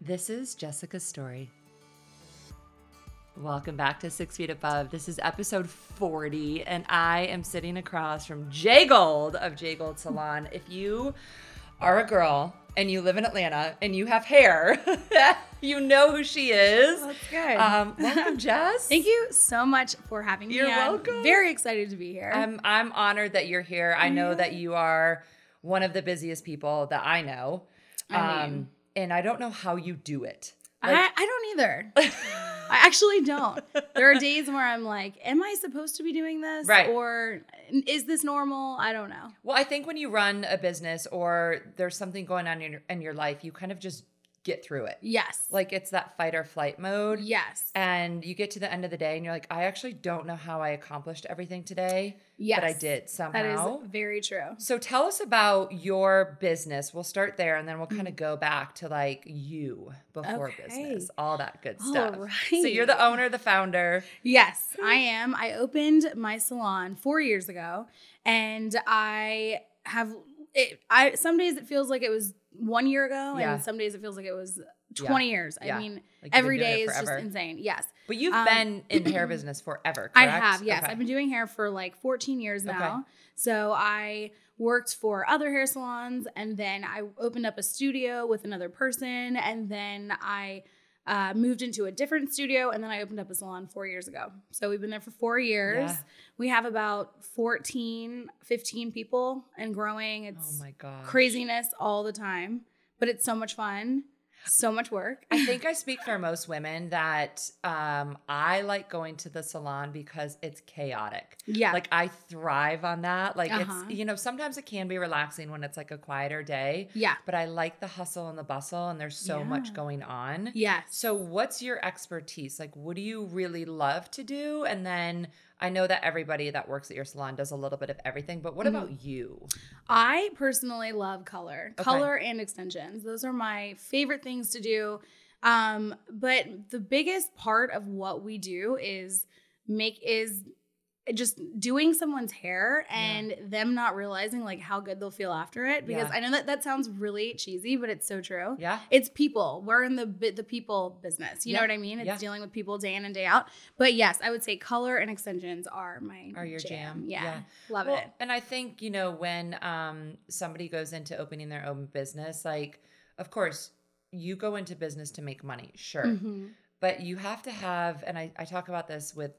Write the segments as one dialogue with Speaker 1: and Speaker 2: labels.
Speaker 1: This is Jessica's story. Welcome back to Six Feet Above. This is episode 40, and I am sitting across from Jay Gold of Jay Gold Salon. If you are a girl and you live in Atlanta and you have hair, you know who she is.
Speaker 2: That's good.
Speaker 1: Um, welcome, Jess.
Speaker 2: Thank you so much for having me.
Speaker 1: You're
Speaker 2: I'm
Speaker 1: welcome.
Speaker 2: Very excited to be here.
Speaker 1: I'm I'm honored that you're here. I know that you are one of the busiest people that I know.
Speaker 2: I mean-
Speaker 1: um, and I don't know how you do it.
Speaker 2: I, I don't either. I actually don't. There are days where I'm like, am I supposed to be doing this?
Speaker 1: Right.
Speaker 2: Or is this normal? I don't know.
Speaker 1: Well, I think when you run a business or there's something going on in your, in your life, you kind of just get through it.
Speaker 2: Yes.
Speaker 1: Like it's that fight or flight mode.
Speaker 2: yes.
Speaker 1: And you get to the end of the day and you're like, I actually don't know how I accomplished everything today,
Speaker 2: Yes.
Speaker 1: but I did
Speaker 2: That is
Speaker 1: somehow.
Speaker 2: very true.
Speaker 1: so tell us about your business. We'll start there and then we'll kind of go back to like you before
Speaker 2: Mm. Okay.
Speaker 1: business, all that good
Speaker 2: All
Speaker 1: stuff. So
Speaker 2: right.
Speaker 1: you're the owner, the founder.
Speaker 2: Yes, I am. I opened my salon four years ago, and I have. It, I some days it feels like it was one year ago,
Speaker 1: Yeah.
Speaker 2: and some days it feels like it was
Speaker 1: Yeah.
Speaker 2: twenty years. I
Speaker 1: Yeah.
Speaker 2: mean,
Speaker 1: Like you've been
Speaker 2: every
Speaker 1: doing it
Speaker 2: day is just
Speaker 1: forever.
Speaker 2: insane. Yes,
Speaker 1: But you've
Speaker 2: Um,
Speaker 1: been in the hair business forever, correct?
Speaker 2: I have. Yes,
Speaker 1: Okay.
Speaker 2: I've been doing hair for like fourteen years
Speaker 1: Okay.
Speaker 2: now. So I worked for other hair salons, and then I opened up a studio with another person, and then I. Uh, moved into a different studio and then I opened up a salon four years ago. So we've been there for four years.
Speaker 1: Yeah.
Speaker 2: We have about 14, 15 people and growing. It's
Speaker 1: Oh my god.
Speaker 2: craziness all the time, but it's so much fun, so much work.
Speaker 1: I think I speak for most women that um, I like going to the salon because it's chaotic.
Speaker 2: yeah.
Speaker 1: Like I thrive on that. Like
Speaker 2: Uh-huh.
Speaker 1: it's you know sometimes it can be relaxing when it's like a quieter day,
Speaker 2: yeah.
Speaker 1: but I like the hustle and the bustle, and there's so much
Speaker 2: Yeah.
Speaker 1: going on.
Speaker 2: Yes.
Speaker 1: So what's your expertise? Like what do you really love to do? And then I know that everybody that works at your salon does a little bit of everything, but what
Speaker 2: Mhm.
Speaker 1: about you?
Speaker 2: I personally love color,
Speaker 1: Okay.
Speaker 2: color and extensions. Those are my favorite things to do. Um, but the biggest part of what we do is make is just doing someone's hair
Speaker 1: Yeah.
Speaker 2: and them not realizing like how good they'll feel after it. Because
Speaker 1: Yeah.
Speaker 2: I know that that sounds really cheesy, but it's so true.
Speaker 1: Yeah.
Speaker 2: It's people. We're in the bi- the people business. You
Speaker 1: Yeah.
Speaker 2: know what I mean? It's
Speaker 1: Yeah.
Speaker 2: dealing with people day in and day out. But yes, I would say color and extensions are my
Speaker 1: Are your jam.
Speaker 2: Yeah,
Speaker 1: Yeah.
Speaker 2: love
Speaker 1: Well,
Speaker 2: it.
Speaker 1: And I think, you know, when um, somebody goes into opening their own business, like, of course, you go into business to make money, sure.
Speaker 2: Mhm.
Speaker 1: But you have to have, and I, I talk about this with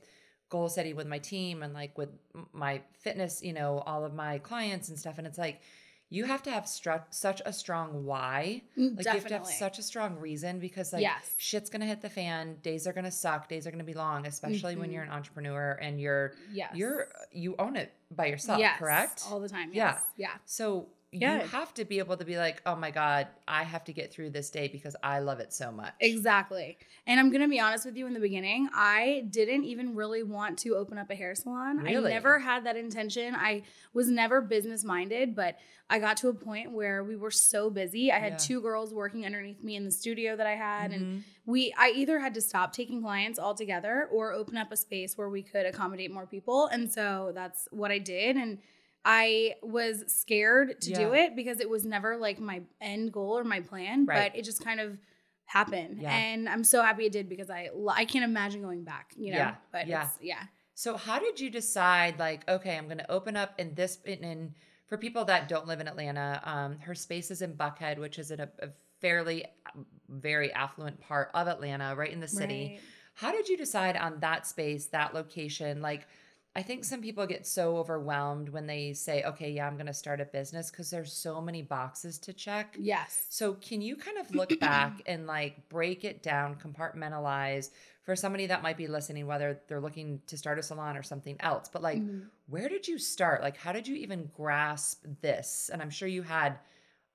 Speaker 1: goal setting with my team and like with m- my fitness, you know, all of my clients and stuff. And it's like, you have to have stru- such a strong why.
Speaker 2: Mm,
Speaker 1: Like, you have to have such a strong reason because, like,
Speaker 2: Yes.
Speaker 1: shit's going to hit the fan. Days are going to suck. Days are going to be long, especially when
Speaker 2: Mhm.
Speaker 1: you're an entrepreneur and you're
Speaker 2: Yes.
Speaker 1: you're uh, you own it by yourself,
Speaker 2: Yes,
Speaker 1: correct?
Speaker 2: All the time.
Speaker 1: Yeah.
Speaker 2: Yes. Yeah.
Speaker 1: so
Speaker 2: Yeah.
Speaker 1: you have to be able to be like, oh my god, I have to get through this day because I love it so much.
Speaker 2: Exactly. And I'm going to be honest with you in the beginning, I didn't even really want to open up a hair salon.
Speaker 1: Really?
Speaker 2: I never had that intention. I was never business minded, but I got to a point where we were so busy. I had
Speaker 1: Yeah.
Speaker 2: two girls working underneath me in the studio that I had and
Speaker 1: Mhm.
Speaker 2: we I either had to stop taking clients altogether or open up a space where we could accommodate more people. And so that's what I did and I was scared to do
Speaker 1: Yeah.
Speaker 2: it because it was never like my end goal or my plan,
Speaker 1: Right.
Speaker 2: but it just kind of happened.
Speaker 1: Yeah.
Speaker 2: And I'm so happy it did because I lo- I can't imagine going back, you know.
Speaker 1: Yeah.
Speaker 2: But
Speaker 1: Yeah.
Speaker 2: it's yeah.
Speaker 1: So how did you decide like, okay, I'm going to open up in this in, in for people that don't live in Atlanta, um, her space is in Buckhead, which is in a, a fairly um, very affluent part of Atlanta, right in the city.
Speaker 2: Right.
Speaker 1: How did you decide on that space, that location? Like, I think some people get so overwhelmed when they say, okay, yeah, I'm going to start a business because there's so many boxes to check.
Speaker 2: Yes.
Speaker 1: So, can you kind of look back and like break it down, compartmentalize for somebody that might be listening, whether they're looking to start a salon or something else? But, like,
Speaker 2: Mhm.
Speaker 1: where did you start? Like, how did you even grasp this? And I'm sure you had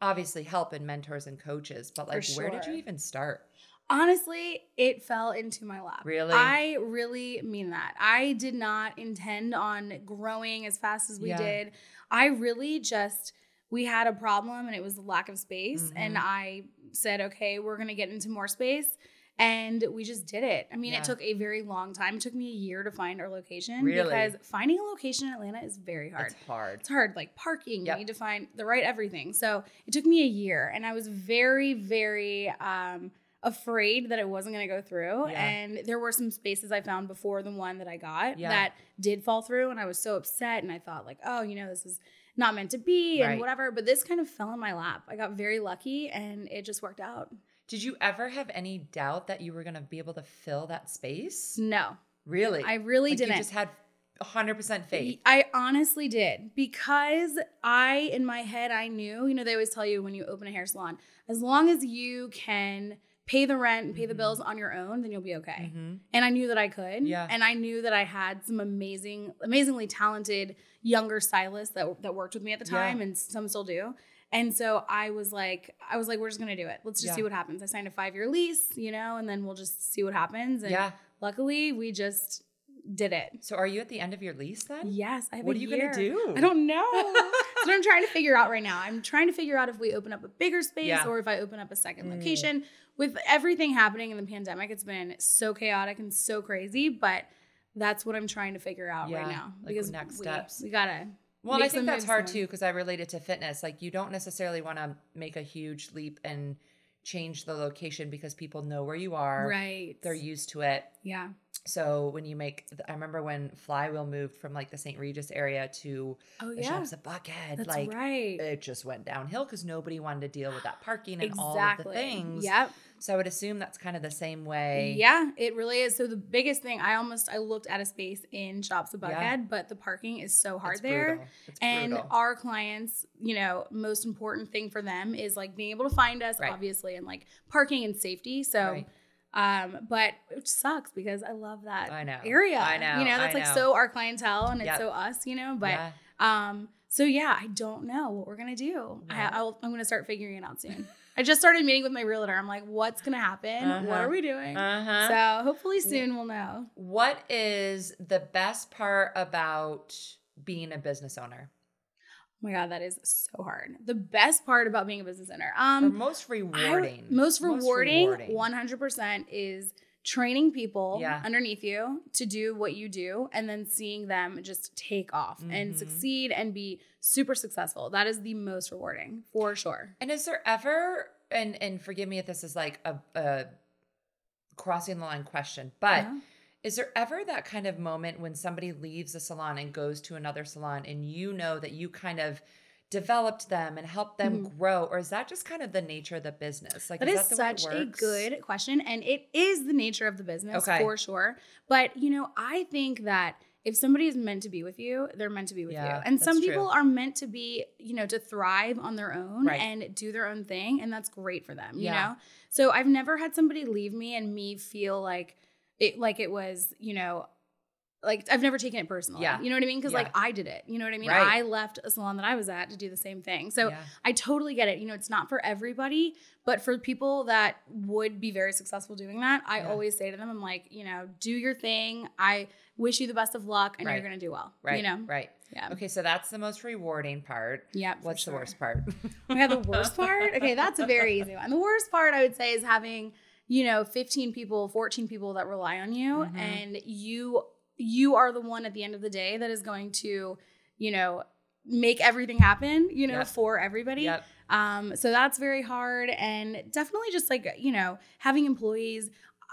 Speaker 1: obviously help and mentors and coaches, but like, where did you
Speaker 2: sure.
Speaker 1: even start?
Speaker 2: Honestly, it fell into my lap.
Speaker 1: Really?
Speaker 2: Uh, I really mean that. I did not intend on growing as fast as we
Speaker 1: Yeah.
Speaker 2: did. I really just we had a problem and it was the lack of space and
Speaker 1: Mhm.
Speaker 2: I said, "Okay, we're going to get into more space." And we just did it. I mean,
Speaker 1: Yeah.
Speaker 2: it took a very long time. It took me a year to find our location
Speaker 1: Really?
Speaker 2: because finding a location in Atlanta is very hard
Speaker 1: It's hard.
Speaker 2: it's hard like parking
Speaker 1: Yep.
Speaker 2: you need to find the right everything so it took me a year and i was very very um afraid that it wasn't going to go through.
Speaker 1: Yeah.
Speaker 2: And there were some spaces I found before the one that I got
Speaker 1: Yeah.
Speaker 2: that did fall through. And I was so upset. And I thought, like, oh, you know, this is not meant to be and
Speaker 1: Right.
Speaker 2: whatever. But this kind of fell in my lap. I got very lucky and it just worked out.
Speaker 1: Did you ever have any doubt that you were going to be able to fill that space?
Speaker 2: No,
Speaker 1: Really?
Speaker 2: I really
Speaker 1: Like,
Speaker 2: didn't.
Speaker 1: You just had 100% faith.
Speaker 2: I honestly did because I, in my head, I knew, you know, they always tell you when you open a hair salon, as long as you can pay the rent and pay the
Speaker 1: Mhm.
Speaker 2: bills on your own, then you'll be okay.
Speaker 1: Mhm.
Speaker 2: And I knew that I could.
Speaker 1: Yeah.
Speaker 2: And I knew that I had some amazing, amazingly talented younger stylists that, that worked with me at the
Speaker 1: Yeah.
Speaker 2: time and some still do. And so I was like, I was like, we're just going to do it. Let's just
Speaker 1: Yeah.
Speaker 2: see what happens. I signed a five year lease, you know, and then we'll just see what happens. And
Speaker 1: Yeah.
Speaker 2: luckily we just did it.
Speaker 1: So are you at the end of your lease then?
Speaker 2: Yes. I have
Speaker 1: What
Speaker 2: a
Speaker 1: are you
Speaker 2: year.
Speaker 1: going to do?
Speaker 2: I don't know. That's what I'm trying to figure out right now. I'm trying to figure out if we open up a bigger space
Speaker 1: Yeah.
Speaker 2: or if I open up a second
Speaker 1: Mm.
Speaker 2: location. With everything happening in the pandemic, it's been so chaotic and so crazy, but that's what I'm trying to figure out
Speaker 1: Yeah,
Speaker 2: right now.
Speaker 1: like next
Speaker 2: we,
Speaker 1: steps.
Speaker 2: We gotta.
Speaker 1: Well, and I
Speaker 2: Make
Speaker 1: think
Speaker 2: some
Speaker 1: that's
Speaker 2: moves
Speaker 1: hard
Speaker 2: soon.
Speaker 1: too because I relate it to fitness. Like you don't necessarily want to make a huge leap and change the location because people know where you are.
Speaker 2: Right.
Speaker 1: They're used to it.
Speaker 2: Yeah.
Speaker 1: So when you make, I remember when Flywheel moved from like the St. Regis area to
Speaker 2: Oh,
Speaker 1: the
Speaker 2: yeah.
Speaker 1: shops at Buckhead,
Speaker 2: That's
Speaker 1: like
Speaker 2: right.
Speaker 1: it just went downhill because nobody wanted to deal with that parking and
Speaker 2: exactly.
Speaker 1: all of the things.
Speaker 2: Yep.
Speaker 1: So I would assume that's kind of the same way.
Speaker 2: Yeah, it really is. So the biggest thing, I almost I looked at a space in Shops of Buckhead,
Speaker 1: Yeah.
Speaker 2: but the parking is so hard
Speaker 1: It's
Speaker 2: there.
Speaker 1: brutal. It's
Speaker 2: and
Speaker 1: brutal.
Speaker 2: our clients you know most important thing for them is like being able to find us
Speaker 1: Right.
Speaker 2: obviously and like parking and safety so
Speaker 1: Right.
Speaker 2: um but it sucks because i love that
Speaker 1: I know.
Speaker 2: area
Speaker 1: I know.
Speaker 2: you know
Speaker 1: I
Speaker 2: that's like
Speaker 1: know.
Speaker 2: so our clientele and it's
Speaker 1: Yep.
Speaker 2: so us you know but
Speaker 1: Yeah.
Speaker 2: um so yeah i don't know what we're gonna do
Speaker 1: Right.
Speaker 2: I, I'll, i'm gonna start figuring it out soon i just started meeting with my realtor i'm like what's gonna happen what
Speaker 1: Uh-huh.
Speaker 2: are we doing
Speaker 1: Uh-huh.
Speaker 2: so hopefully soon we'll know
Speaker 1: What is the best part about being a business owner?
Speaker 2: oh my god that is so hard the best part about being a business owner
Speaker 1: Or
Speaker 2: um
Speaker 1: most
Speaker 2: I would-
Speaker 1: rewarding.
Speaker 2: most rewarding,
Speaker 1: rewarding.
Speaker 2: 100% is training people
Speaker 1: Yeah.
Speaker 2: underneath you to do what you do and then seeing them just take off and
Speaker 1: Mhm.
Speaker 2: succeed and be super successful. That is the most rewarding for sure.
Speaker 1: And is there ever and and forgive me if this is like a, a crossing the line question, but
Speaker 2: Yeah.
Speaker 1: is there ever that kind of moment when somebody leaves a salon and goes to another salon and you know that you kind of developed them and helped them grow or is that just kind of the nature of the business? Like
Speaker 2: Mm-hmm. That
Speaker 1: is that
Speaker 2: is
Speaker 1: the way it
Speaker 2: such a
Speaker 1: works?
Speaker 2: good question. And it is the nature of the business
Speaker 1: Okay.
Speaker 2: for sure. But, you know, I think that if somebody is meant to be with you, they're meant to be with
Speaker 1: Yeah,
Speaker 2: you. And some
Speaker 1: that's
Speaker 2: people
Speaker 1: true.
Speaker 2: are meant to be, you know, to thrive on their own
Speaker 1: Right.
Speaker 2: and do their own thing. And that's great for them, you
Speaker 1: Yeah.
Speaker 2: know? So I've never had somebody leave me and me feel like it, like it was, you know, like I've never taken it personally.
Speaker 1: Yeah.
Speaker 2: You know what I mean? Because
Speaker 1: Yeah.
Speaker 2: like I did it. You know what I mean?
Speaker 1: Right.
Speaker 2: I left a salon that I was at to do the same thing. So
Speaker 1: Yeah.
Speaker 2: I totally get it. You know, it's not for everybody, but for people that would be very successful doing that, I
Speaker 1: Yeah.
Speaker 2: always say to them, I'm like, you know, do your thing. I wish you the best of luck and
Speaker 1: Right.
Speaker 2: you're going to do well.
Speaker 1: right.
Speaker 2: You know?
Speaker 1: Right.
Speaker 2: Yeah.
Speaker 1: Okay, so that's the most rewarding part.
Speaker 2: Yeah. for
Speaker 1: What's
Speaker 2: sure.
Speaker 1: the worst part?
Speaker 2: Oh my God, the worst part? Okay, that's a very easy one. The worst part I would say is having, you know, 15 people, 14 people that rely on you
Speaker 1: Mhm.
Speaker 2: and you you are the one at the end of the day that is going to, you know, make everything happen, you know,
Speaker 1: Yep.
Speaker 2: for everybody.
Speaker 1: Yep.
Speaker 2: Um, so that's very hard, and definitely just like you know having employees.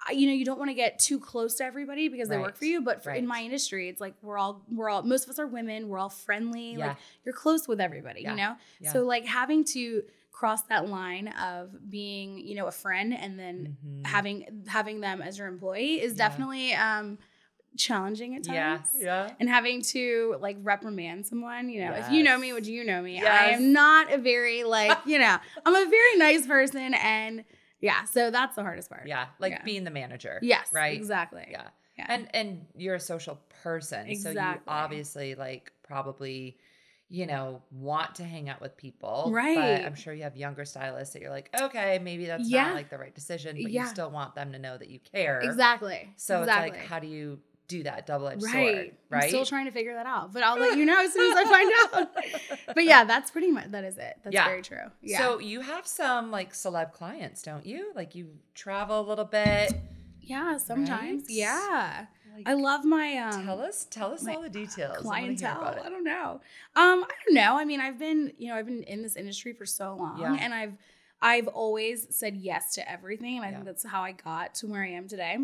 Speaker 2: I- You know, you don't want to get too close to everybody because they work
Speaker 1: Right.
Speaker 2: for you. But for,
Speaker 1: Right.
Speaker 2: in my industry, it's like we're all we're all most of us are women. We're all friendly. Like you're close with everybody.
Speaker 1: Yeah.
Speaker 2: You know,
Speaker 1: Yeah.
Speaker 2: so like having to cross that line of being you know a friend and then
Speaker 1: Mhm.
Speaker 2: having having them as your employee is
Speaker 1: Yeah.
Speaker 2: definitely um challenging at
Speaker 1: yeah,
Speaker 2: times
Speaker 1: yeah.
Speaker 2: and having to like reprimand someone, you know, if you know me,
Speaker 1: Yes.
Speaker 2: would you know me? I
Speaker 1: Yes.
Speaker 2: am not a very like, you know, I'm a very nice person and yeah, so that's the hardest part.
Speaker 1: Yeah, like
Speaker 2: Yeah.
Speaker 1: being the manager.
Speaker 2: Yes.
Speaker 1: Right?
Speaker 2: Exactly.
Speaker 1: Yeah.
Speaker 2: Yeah.
Speaker 1: And and you're a social person, so you
Speaker 2: Exactly.
Speaker 1: obviously like probably you know want to hang out with people,
Speaker 2: Right.
Speaker 1: But I'm sure you have younger stylists that you're like, okay, maybe that's
Speaker 2: Yeah.
Speaker 1: not like the right decision, but you
Speaker 2: Yeah.
Speaker 1: still want them to know that you care.
Speaker 2: exactly.
Speaker 1: So
Speaker 2: exactly.
Speaker 1: it's like, how do you do that double edged
Speaker 2: right.
Speaker 1: sword? Right.
Speaker 2: I'm still trying to figure that out, but I'll let you know as soon as I find out. But yeah, that's pretty much that is it. That's
Speaker 1: Yeah.
Speaker 2: very true. Yeah.
Speaker 1: So you have some like celeb clients, don't you? Like you travel a little bit.
Speaker 2: yeah, sometimes.
Speaker 1: Right?
Speaker 2: Yeah.
Speaker 1: Like,
Speaker 2: I love my um
Speaker 1: tell us tell us
Speaker 2: my
Speaker 1: all the details. I wanna hear
Speaker 2: clientele.
Speaker 1: about it.
Speaker 2: I don't know. Um, I don't know. I mean, I've been, you know, I've been in this industry for so long,
Speaker 1: Yeah.
Speaker 2: and I've I've always said yes to everything. And I
Speaker 1: Yeah.
Speaker 2: think that's how I got to where I am today.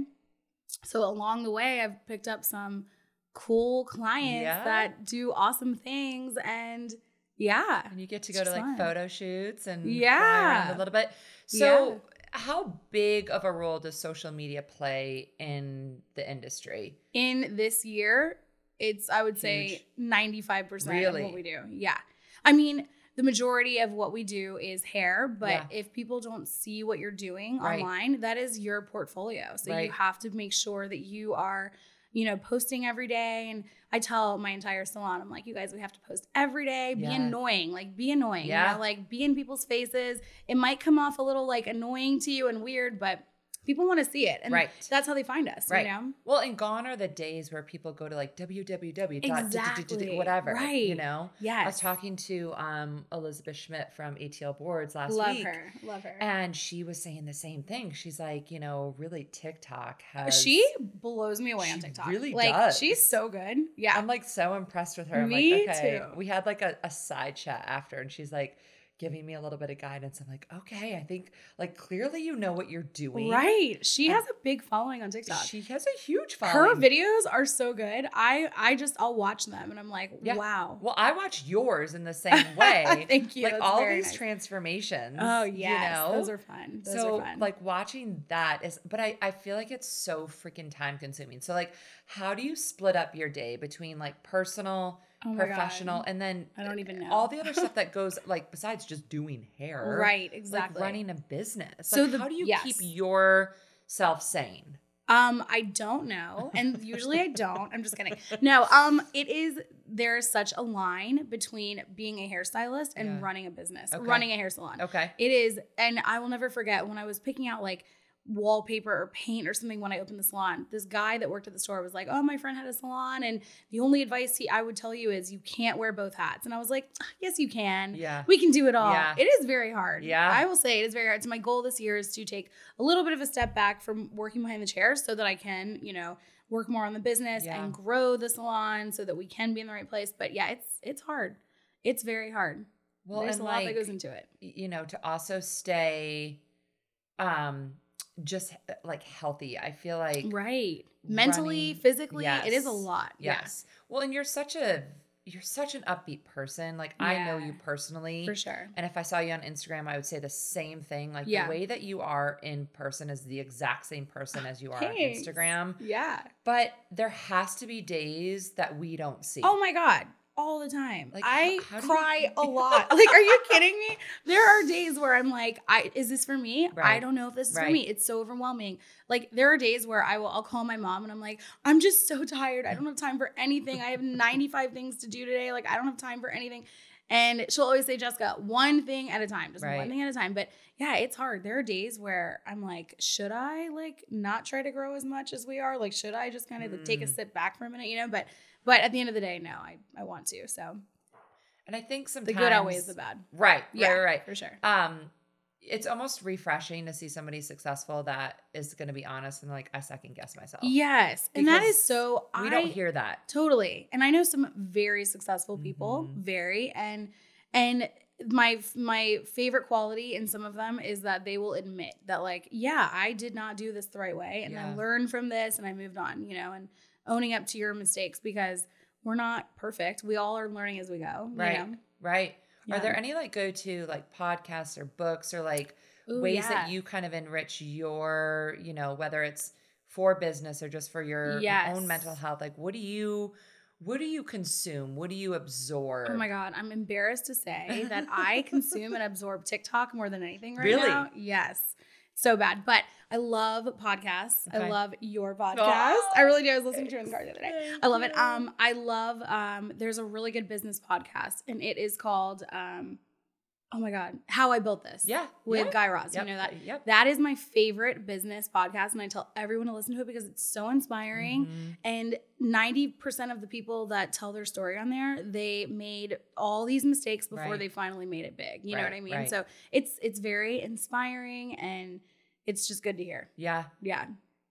Speaker 2: So along the way, I've picked up some cool clients
Speaker 1: Yeah.
Speaker 2: that do awesome things. And yeah.
Speaker 1: And you get to
Speaker 2: It's
Speaker 1: go to
Speaker 2: just
Speaker 1: like
Speaker 2: fun.
Speaker 1: photo shoots and fly around
Speaker 2: Yeah.
Speaker 1: a little bit. So, how big of a role does social media play in the industry?
Speaker 2: in this year, it's I would
Speaker 1: Huge.
Speaker 2: say 95% of
Speaker 1: Really?
Speaker 2: what we do. Yeah. I mean, the majority of what we do is hair, but
Speaker 1: Yeah.
Speaker 2: if people don't see what you're doing
Speaker 1: Right.
Speaker 2: online, that is your portfolio. So
Speaker 1: Right.
Speaker 2: you have to make sure that you are you know, posting every day. And I tell my entire salon, I'm like, you guys, we have to post every day. Be
Speaker 1: Yeah.
Speaker 2: annoying. Like, be annoying. you know,
Speaker 1: Yeah.
Speaker 2: like, be in people's faces. It might come off a little like annoying to you and weird, but people want to see it. And
Speaker 1: Right.
Speaker 2: that's how they find us,
Speaker 1: Right.
Speaker 2: you know?
Speaker 1: Well, and gone are the days where people go to like www. dot dot dot dot
Speaker 2: Exactly.
Speaker 1: whatever. You
Speaker 2: Right.
Speaker 1: know?
Speaker 2: Yes.
Speaker 1: I was talking to um, Elizabeth Schmidt from ATL Boards last
Speaker 2: Love
Speaker 1: week.
Speaker 2: her. Love her.
Speaker 1: And she was saying the same thing. She's like, you know, really TikTok has.
Speaker 2: she blows me away on
Speaker 1: She
Speaker 2: TikTok.
Speaker 1: really
Speaker 2: like
Speaker 1: does.
Speaker 2: she's so good. Yeah.
Speaker 1: I'm like so impressed with her. I'm
Speaker 2: Me
Speaker 1: like, okay.
Speaker 2: too.
Speaker 1: We had like a, a side chat after, and she's like giving me a little bit of guidance. I'm like, okay, I think like clearly you know what you're doing.
Speaker 2: right. She
Speaker 1: And-
Speaker 2: has a big following on TikTok.
Speaker 1: She has a huge following.
Speaker 2: her videos are so good. I I just I'll watch them and I'm like,
Speaker 1: Yeah.
Speaker 2: wow.
Speaker 1: Well, I watch yours in the same way.
Speaker 2: Thank you.
Speaker 1: Like
Speaker 2: That's
Speaker 1: all
Speaker 2: very
Speaker 1: these
Speaker 2: nice.
Speaker 1: transformations.
Speaker 2: Oh
Speaker 1: you
Speaker 2: yes.
Speaker 1: know?
Speaker 2: Those are fun. Those
Speaker 1: so
Speaker 2: are fun.
Speaker 1: like watching that is but I, I feel like it's so freaking time consuming. So like how do you split up your day between like personal,
Speaker 2: Oh my God.
Speaker 1: professional, and then
Speaker 2: I don't even know.
Speaker 1: all the other stuff that goes like besides just doing hair.
Speaker 2: Right,
Speaker 1: Like
Speaker 2: exactly.
Speaker 1: running a business. So
Speaker 2: So the-
Speaker 1: how do you keep
Speaker 2: yes.
Speaker 1: yourself sane?
Speaker 2: Um, I don't know, and usually I don't. I'm just kidding. No, um, it is there is such a line between being a hairstylist and
Speaker 1: Yeah.
Speaker 2: running a business,
Speaker 1: Okay.
Speaker 2: running a hair salon.
Speaker 1: Okay.
Speaker 2: It is, and I will never forget when I was picking out like wallpaper or paint or something when I opened the salon. This guy that worked at the store was like, "Oh, my friend had a salon, and the only advice he I would tell you is you can't wear both hats." And I was like, "Ah, "Yes, you can.
Speaker 1: Yeah.
Speaker 2: We can do it all.
Speaker 1: Yeah.
Speaker 2: It is very hard.
Speaker 1: Yeah.
Speaker 2: I will say it is very hard. So my goal this year is to take a little bit of a step back from working behind the chair so that I can, you know, work more on the business
Speaker 1: Yeah.
Speaker 2: and grow the salon so that we can be in the right place. But yeah, it's it's hard. It's very hard.
Speaker 1: Well,
Speaker 2: There's
Speaker 1: and
Speaker 2: a lot
Speaker 1: like,
Speaker 2: that goes into it.
Speaker 1: you know to also stay um just uh, like healthy i feel like
Speaker 2: Right. Mentally,
Speaker 1: running-
Speaker 2: physically, it is
Speaker 1: yes,
Speaker 2: a lot.
Speaker 1: yes well and you're such a you're such an upbeat person like i know
Speaker 2: Yeah.
Speaker 1: you personally
Speaker 2: Yeah, for sure.
Speaker 1: and if i saw you on instagram i would say the same thing like
Speaker 2: Yeah.
Speaker 1: the way that you are in person is the exact same person as you are
Speaker 2: Thanks.
Speaker 1: on instagram
Speaker 2: Yeah.
Speaker 1: but there has to be days that we don't see
Speaker 2: Oh my God. All the time.
Speaker 1: Like,
Speaker 2: I
Speaker 1: how- how do you-
Speaker 2: cry a lot. Like, are you kidding me? There are days where I'm like, I is this for me? I
Speaker 1: Right.
Speaker 2: don't know if this is
Speaker 1: Right.
Speaker 2: for me. It's so overwhelming. Like, there are days where I will I'll call my mom and I'm like, I'm just so tired. I don't have time for anything. I have 95 things to do today. Like, I don't have time for anything. And she'll always say, Jessica, one thing at a time, just
Speaker 1: Right.
Speaker 2: one thing at a time. But yeah, it's hard. There are days where I'm like, should I like not try to grow as much as we are? Like, should I just kind of like, take a
Speaker 1: Mm.
Speaker 2: step back for a minute, you know? But but at the end of the day, no, I, I want to. So
Speaker 1: and i think sometimes
Speaker 2: the good outweighs the bad,
Speaker 1: right
Speaker 2: Yeah.
Speaker 1: right right
Speaker 2: for sure.
Speaker 1: um it's almost refreshing to see somebody successful that is going to be honest and like i second guess myself
Speaker 2: Yes. And that
Speaker 1: Oh. Because
Speaker 2: is so
Speaker 1: we
Speaker 2: I
Speaker 1: don't hear that
Speaker 2: totally. And I know some very successful people,
Speaker 1: Mhm.
Speaker 2: very and and my my favorite quality in some of them is that they will admit that like, yeah, I did not do this the right way and
Speaker 1: Yeah.
Speaker 2: I learned from this and I moved on, you know, and owning up to your mistakes because we're not perfect. We all are learning as we go. you
Speaker 1: Right.
Speaker 2: know?
Speaker 1: right
Speaker 2: Yeah.
Speaker 1: are there any like go-to like podcasts or books or like
Speaker 2: Ooh,
Speaker 1: ways
Speaker 2: yeah.
Speaker 1: that you kind of enrich your you know whether it's for business or just for your own
Speaker 2: Yes.
Speaker 1: mental health like what do you what do you consume what do you absorb
Speaker 2: Oh my god, I'm embarrassed to say that I consume and absorb TikTok more than anything right
Speaker 1: Really?
Speaker 2: now. Yes. So bad, but I love podcasts.
Speaker 1: Okay.
Speaker 2: I love your podcast.
Speaker 1: Oh,
Speaker 2: I really do. I was listening to it in the car the other day.
Speaker 1: Thank
Speaker 2: I love it.
Speaker 1: you.
Speaker 2: Um, I love um. There's a really good business podcast, and it is called um. Oh my god, how I built this.
Speaker 1: yeah
Speaker 2: With
Speaker 1: yeah,
Speaker 2: Guy Raz,
Speaker 1: yep, uh,
Speaker 2: you know that.
Speaker 1: yep
Speaker 2: That is my favorite business podcast, and I tell everyone to listen to it because it's so inspiring.
Speaker 1: Mhm.
Speaker 2: And 90% of the people that tell their story on there, they made all these mistakes before
Speaker 1: Right.
Speaker 2: they finally made it big. You know what
Speaker 1: Right,
Speaker 2: I mean?
Speaker 1: right.
Speaker 2: So it's it's very inspiring and it's just good to hear.
Speaker 1: yeah
Speaker 2: Yeah.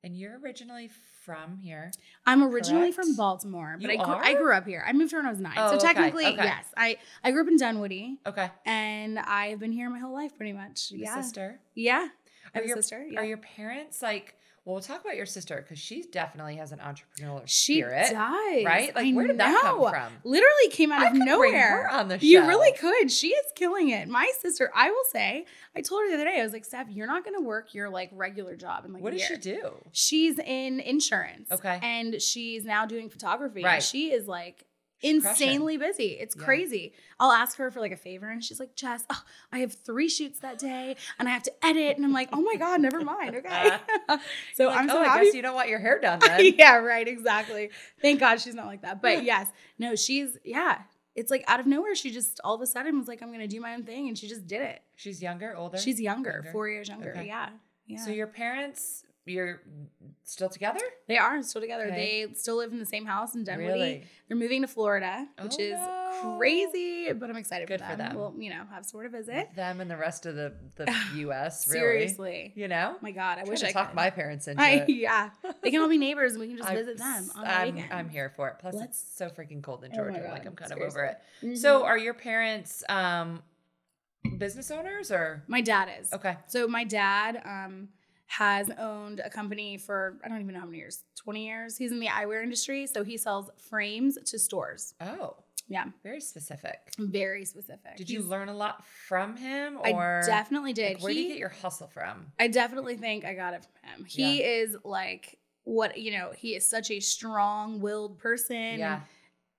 Speaker 1: And you're originally from here.
Speaker 2: I'm originally
Speaker 1: Correct.
Speaker 2: from Baltimore, but
Speaker 1: You
Speaker 2: I, grew,
Speaker 1: are?
Speaker 2: I grew up here. I moved here when I was nine.
Speaker 1: Oh,
Speaker 2: so
Speaker 1: okay,
Speaker 2: technically,
Speaker 1: okay.
Speaker 2: yes. I, I grew up in Dunwoody
Speaker 1: Okay.
Speaker 2: and I've been here my whole life pretty much.
Speaker 1: Your
Speaker 2: Yeah.
Speaker 1: sister.
Speaker 2: Yeah. I
Speaker 1: Are
Speaker 2: have a
Speaker 1: your,
Speaker 2: sister. Yeah.
Speaker 1: are your parents like, well, we'll talk about your sister because she definitely has an entrepreneurial
Speaker 2: she
Speaker 1: spirit.
Speaker 2: does.
Speaker 1: Right? Like,
Speaker 2: I
Speaker 1: where did that come
Speaker 2: know.
Speaker 1: from?
Speaker 2: Literally came out
Speaker 1: I
Speaker 2: of
Speaker 1: could
Speaker 2: nowhere.
Speaker 1: bring her on the show.
Speaker 2: You really could. She is killing it. My sister, I will say, I told her the other day, I was like, Steph, you're not going to work your like regular job in like
Speaker 1: What
Speaker 2: a
Speaker 1: does she
Speaker 2: year."
Speaker 1: do?
Speaker 2: She's in insurance.
Speaker 1: Okay.
Speaker 2: And she's now doing photography.
Speaker 1: Right.
Speaker 2: She is like
Speaker 1: She's crushing.
Speaker 2: insanely busy. It's
Speaker 1: Yeah.
Speaker 2: crazy. I'll ask her for like a favor and she's like, Jess, oh, I have three shoots that day and I have to edit. And I'm like, oh my God, never mind. Okay. so
Speaker 1: Like,
Speaker 2: I'm so
Speaker 1: oh, I
Speaker 2: happy.
Speaker 1: guess you don't want your hair done then.
Speaker 2: yeah, right, exactly. Thank God she's not like that. But yes, no, she's yeah. It's like out of nowhere, she just all of a sudden was like, "I'm gonna do my own thing," and she just did it.
Speaker 1: She's younger, older.
Speaker 2: She's younger,
Speaker 1: Younger.
Speaker 2: four years younger.
Speaker 1: Okay.
Speaker 2: Yeah, yeah.
Speaker 1: So your parents, you're still together?
Speaker 2: they are still together.
Speaker 1: Okay.
Speaker 2: They still live in the same house in Dunwoody.
Speaker 1: Really?
Speaker 2: They're moving to Florida, which
Speaker 1: Oh,
Speaker 2: is
Speaker 1: no.
Speaker 2: crazy, but I'm excited
Speaker 1: Good
Speaker 2: for,
Speaker 1: for
Speaker 2: them.
Speaker 1: them.
Speaker 2: We'll you know have sort of visit.
Speaker 1: Them and the rest of the, the U.S. Really?
Speaker 2: Seriously,
Speaker 1: You know?
Speaker 2: oh my God, I
Speaker 1: I
Speaker 2: wish I
Speaker 1: talk
Speaker 2: could.
Speaker 1: my parents into
Speaker 2: I,
Speaker 1: it.
Speaker 2: yeah, they can all be neighbors, and we can just
Speaker 1: I-
Speaker 2: visit them on the
Speaker 1: I'm,
Speaker 2: weekend.
Speaker 1: I'm here for it. Plus,
Speaker 2: Let's-
Speaker 1: it's so freaking cold in
Speaker 2: Oh my
Speaker 1: Georgia. like
Speaker 2: God,
Speaker 1: I'm kind of
Speaker 2: seriously.
Speaker 1: over it.
Speaker 2: Mhm.
Speaker 1: So, are your parents um, business owners or?
Speaker 2: my dad is
Speaker 1: Okay.
Speaker 2: So my dad um, has owned a company for I don't even know how many years, 20 years. He's in the eyewear industry, so he sells frames to stores.
Speaker 1: Oh,
Speaker 2: Yeah,
Speaker 1: very specific.
Speaker 2: very specific.
Speaker 1: Did you
Speaker 2: He's-
Speaker 1: learn a lot from him, or
Speaker 2: I definitely did.
Speaker 1: like, where do
Speaker 2: He-
Speaker 1: you get your hustle from?
Speaker 2: I definitely think I got it from him. He is like what you know. He is such a strong-willed person.
Speaker 1: yeah.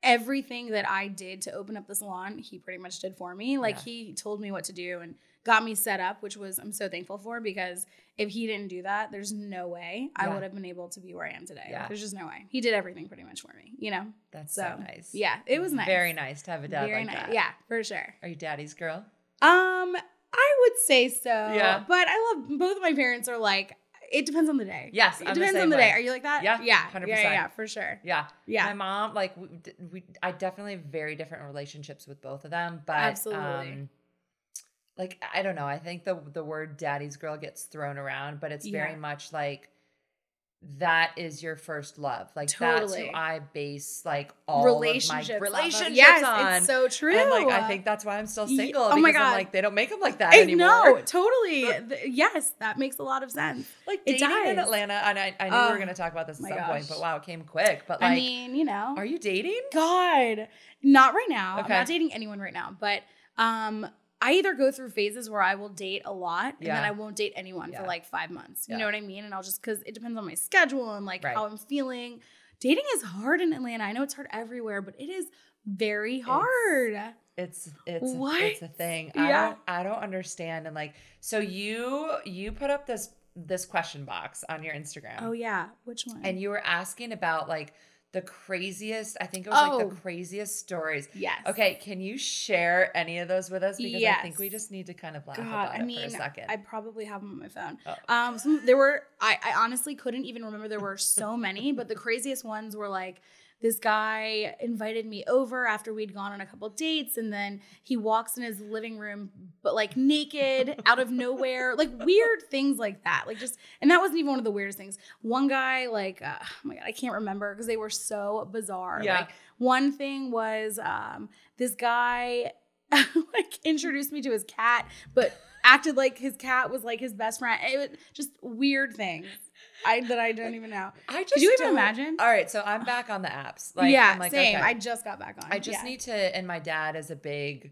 Speaker 2: Everything that I did to open up the salon, he pretty much did for me. Like
Speaker 1: Yeah.
Speaker 2: he told me what to do and got me set up, which was I'm so thankful for because if he didn't do that, there's no way I
Speaker 1: Yeah.
Speaker 2: would have been able to be where I am today.
Speaker 1: Yeah.
Speaker 2: There's just no way. He did everything pretty much for me, you know?
Speaker 1: That's so,
Speaker 2: So,
Speaker 1: nice.
Speaker 2: Yeah, it was nice.
Speaker 1: Very nice to have a dad
Speaker 2: Very
Speaker 1: like
Speaker 2: nice.
Speaker 1: that.
Speaker 2: Yeah, for sure.
Speaker 1: Are you daddy's girl?
Speaker 2: Um, I would say so.
Speaker 1: Yeah.
Speaker 2: But I love both of my parents are like, it depends on the day.
Speaker 1: Yes,
Speaker 2: It
Speaker 1: I'm the
Speaker 2: depends
Speaker 1: same
Speaker 2: on the
Speaker 1: way.
Speaker 2: day. Are you like that?
Speaker 1: Yeah,
Speaker 2: Yeah.
Speaker 1: 100%.
Speaker 2: Yeah, yeah, yeah, for sure.
Speaker 1: Yeah.
Speaker 2: Yeah.
Speaker 1: My mom, like we, d- we, I definitely have very different relationships with both of them, but
Speaker 2: Absolutely.
Speaker 1: um, like I don't know. I think the the word "daddy's girl" gets thrown around, but it's very
Speaker 2: Yeah.
Speaker 1: much like that is your first love. Like that's who
Speaker 2: Totally.
Speaker 1: I base like all
Speaker 2: relationships.
Speaker 1: of my
Speaker 2: off of-
Speaker 1: relationships
Speaker 2: yes,
Speaker 1: on.
Speaker 2: It's so true.
Speaker 1: And like I think that's why I'm still
Speaker 2: Ye-
Speaker 1: single.
Speaker 2: oh my
Speaker 1: because I'm
Speaker 2: God.
Speaker 1: like they don't make them like that
Speaker 2: I
Speaker 1: anymore.
Speaker 2: know, totally. Th- yes, that makes a lot of sense.
Speaker 1: Like
Speaker 2: It
Speaker 1: dating in
Speaker 2: does.
Speaker 1: Atlanta, and I, I knew we
Speaker 2: Oh,
Speaker 1: were going to talk about this at
Speaker 2: my
Speaker 1: some point, but
Speaker 2: gosh.
Speaker 1: wow, it came quick. But like,
Speaker 2: I mean, you know,
Speaker 1: are you dating?
Speaker 2: God, not right now.
Speaker 1: Okay.
Speaker 2: I'm not dating anyone right now, but um, I either go through phases where I will date a lot and
Speaker 1: Yeah.
Speaker 2: then I won't date anyone
Speaker 1: Yeah.
Speaker 2: for like five months. You
Speaker 1: Yeah.
Speaker 2: know what I mean? And I'll just because it depends on my schedule and like
Speaker 1: Right.
Speaker 2: how I'm feeling. Dating is hard in Atlanta. I know it's hard everywhere, but it is very hard.
Speaker 1: It's it's
Speaker 2: What?
Speaker 1: A, it's a thing. I
Speaker 2: Yeah.
Speaker 1: don't I don't understand. And like, so you you put up this this question box on your Instagram,
Speaker 2: oh yeah, which one?
Speaker 1: and you were asking about like the craziest. I think it was like
Speaker 2: Oh.
Speaker 1: the craziest stories.
Speaker 2: yes.
Speaker 1: Okay, can you share any of those with us? Because I think we
Speaker 2: Yes.
Speaker 1: just need to kind of laugh
Speaker 2: God,
Speaker 1: about
Speaker 2: I
Speaker 1: it for a
Speaker 2: mean,
Speaker 1: second.
Speaker 2: I probably have them on my phone.
Speaker 1: Oh.
Speaker 2: Um, some, there were I, I honestly couldn't even remember there were so many, but the craziest ones were like this guy invited me over after we'd gone on a couple dates, and then he walks in his living room, but like naked out of nowhere, like weird things like that. Like just, and that wasn't even one of the weirdest things. One guy, like, uh, oh my god, I can't remember because they were so bizarre.
Speaker 1: Yeah.
Speaker 2: Like one thing was um, this guy like introduced me to his cat, but acted like his cat was like his best friend. It was just weird things I that I don't even know.
Speaker 1: I just
Speaker 2: Could you even
Speaker 1: don't-
Speaker 2: imagine?
Speaker 1: All right, so I'm back on the apps. Like,
Speaker 2: yeah,
Speaker 1: I'm like,
Speaker 2: same.
Speaker 1: okay.
Speaker 2: I just got back on.
Speaker 1: I just
Speaker 2: Yeah.
Speaker 1: need to, and my dad is a big,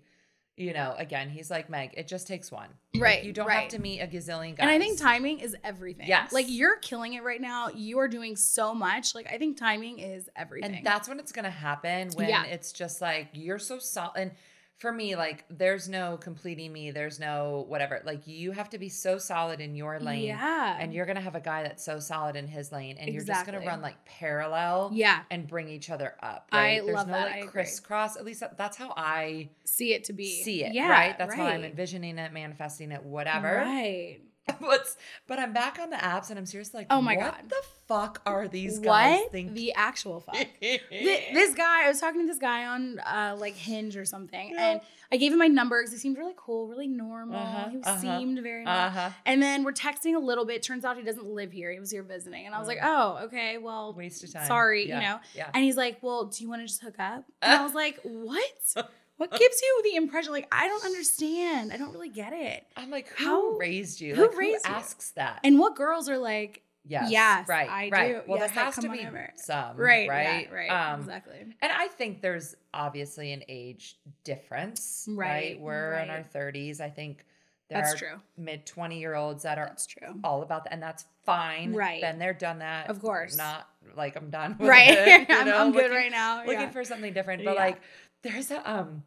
Speaker 1: you know, again, he's like, Meg, it just takes one. Like,
Speaker 2: Right,
Speaker 1: you don't have
Speaker 2: right.
Speaker 1: to meet a gazillion guys.
Speaker 2: And I think timing is everything.
Speaker 1: Yes.
Speaker 2: Like you're killing it right now. You are doing so much. Like I think timing is everything.
Speaker 1: And that's when it's going to happen when
Speaker 2: Yeah.
Speaker 1: it's just like, you're so solid. And for me, like, there's no completing me, there's no whatever. Like, you have to be so solid in your lane.
Speaker 2: Yeah.
Speaker 1: And you're going to have a guy that's so solid in his lane, and you're just going to
Speaker 2: Exactly.
Speaker 1: run like parallel.
Speaker 2: yeah.
Speaker 1: And bring each other up.
Speaker 2: I
Speaker 1: Right? There's
Speaker 2: love
Speaker 1: no
Speaker 2: that. I
Speaker 1: like
Speaker 2: agree.
Speaker 1: crisscross. At least that, that's how I
Speaker 2: See it to be.
Speaker 1: see it.
Speaker 2: Yeah.
Speaker 1: right. That's how I'm
Speaker 2: right.
Speaker 1: envisioning it, manifesting it, whatever.
Speaker 2: Right.
Speaker 1: What's but I'm back on the apps and I'm seriously like,
Speaker 2: Oh my
Speaker 1: what
Speaker 2: God.
Speaker 1: the fuck are these guys
Speaker 2: what
Speaker 1: thinking?
Speaker 2: the actual fuck? Th- this guy, I was talking to this guy on uh, like Hinge or something,
Speaker 1: Yeah.
Speaker 2: and I gave him my number because he seemed really cool, really normal.
Speaker 1: Uh-huh,
Speaker 2: he was-
Speaker 1: uh-huh,
Speaker 2: seemed very normal.
Speaker 1: uh huh.
Speaker 2: And then we're texting a little bit. Turns out he doesn't live here. He was here visiting. And I was like, oh, okay, well,
Speaker 1: Waste of time.
Speaker 2: sorry, you
Speaker 1: Yeah,
Speaker 2: know.
Speaker 1: Yeah.
Speaker 2: And he's like, well, do you want to just hook up? And I was like, what? What gives you the impression? Like, I don't understand. I don't really get it.
Speaker 1: I'm like, who
Speaker 2: How-
Speaker 1: raised you?
Speaker 2: who
Speaker 1: like,
Speaker 2: raised
Speaker 1: who
Speaker 2: you?
Speaker 1: asks that?
Speaker 2: And what girls are like,
Speaker 1: yes,
Speaker 2: yes,
Speaker 1: right,
Speaker 2: I
Speaker 1: right.
Speaker 2: do.
Speaker 1: Well,
Speaker 2: Yes,
Speaker 1: there
Speaker 2: like,
Speaker 1: has to
Speaker 2: come on
Speaker 1: be
Speaker 2: over.
Speaker 1: some,
Speaker 2: right,
Speaker 1: right,
Speaker 2: right, right,
Speaker 1: Um,
Speaker 2: exactly.
Speaker 1: And I think there's obviously an age difference, right?
Speaker 2: Right,
Speaker 1: We're in our
Speaker 2: right.
Speaker 1: 30s. I think there
Speaker 2: That's
Speaker 1: are
Speaker 2: true.
Speaker 1: mid 20 year olds that are
Speaker 2: That's true.
Speaker 1: all about that, and that's fine.
Speaker 2: Right.
Speaker 1: Been there, done that.
Speaker 2: Of course.
Speaker 1: Not like I'm done. With
Speaker 2: Right,
Speaker 1: It, you
Speaker 2: I'm,
Speaker 1: know,
Speaker 2: I'm good
Speaker 1: looking-
Speaker 2: right now.
Speaker 1: Looking
Speaker 2: yeah.
Speaker 1: for something different, but
Speaker 2: Yeah.
Speaker 1: like there's a um,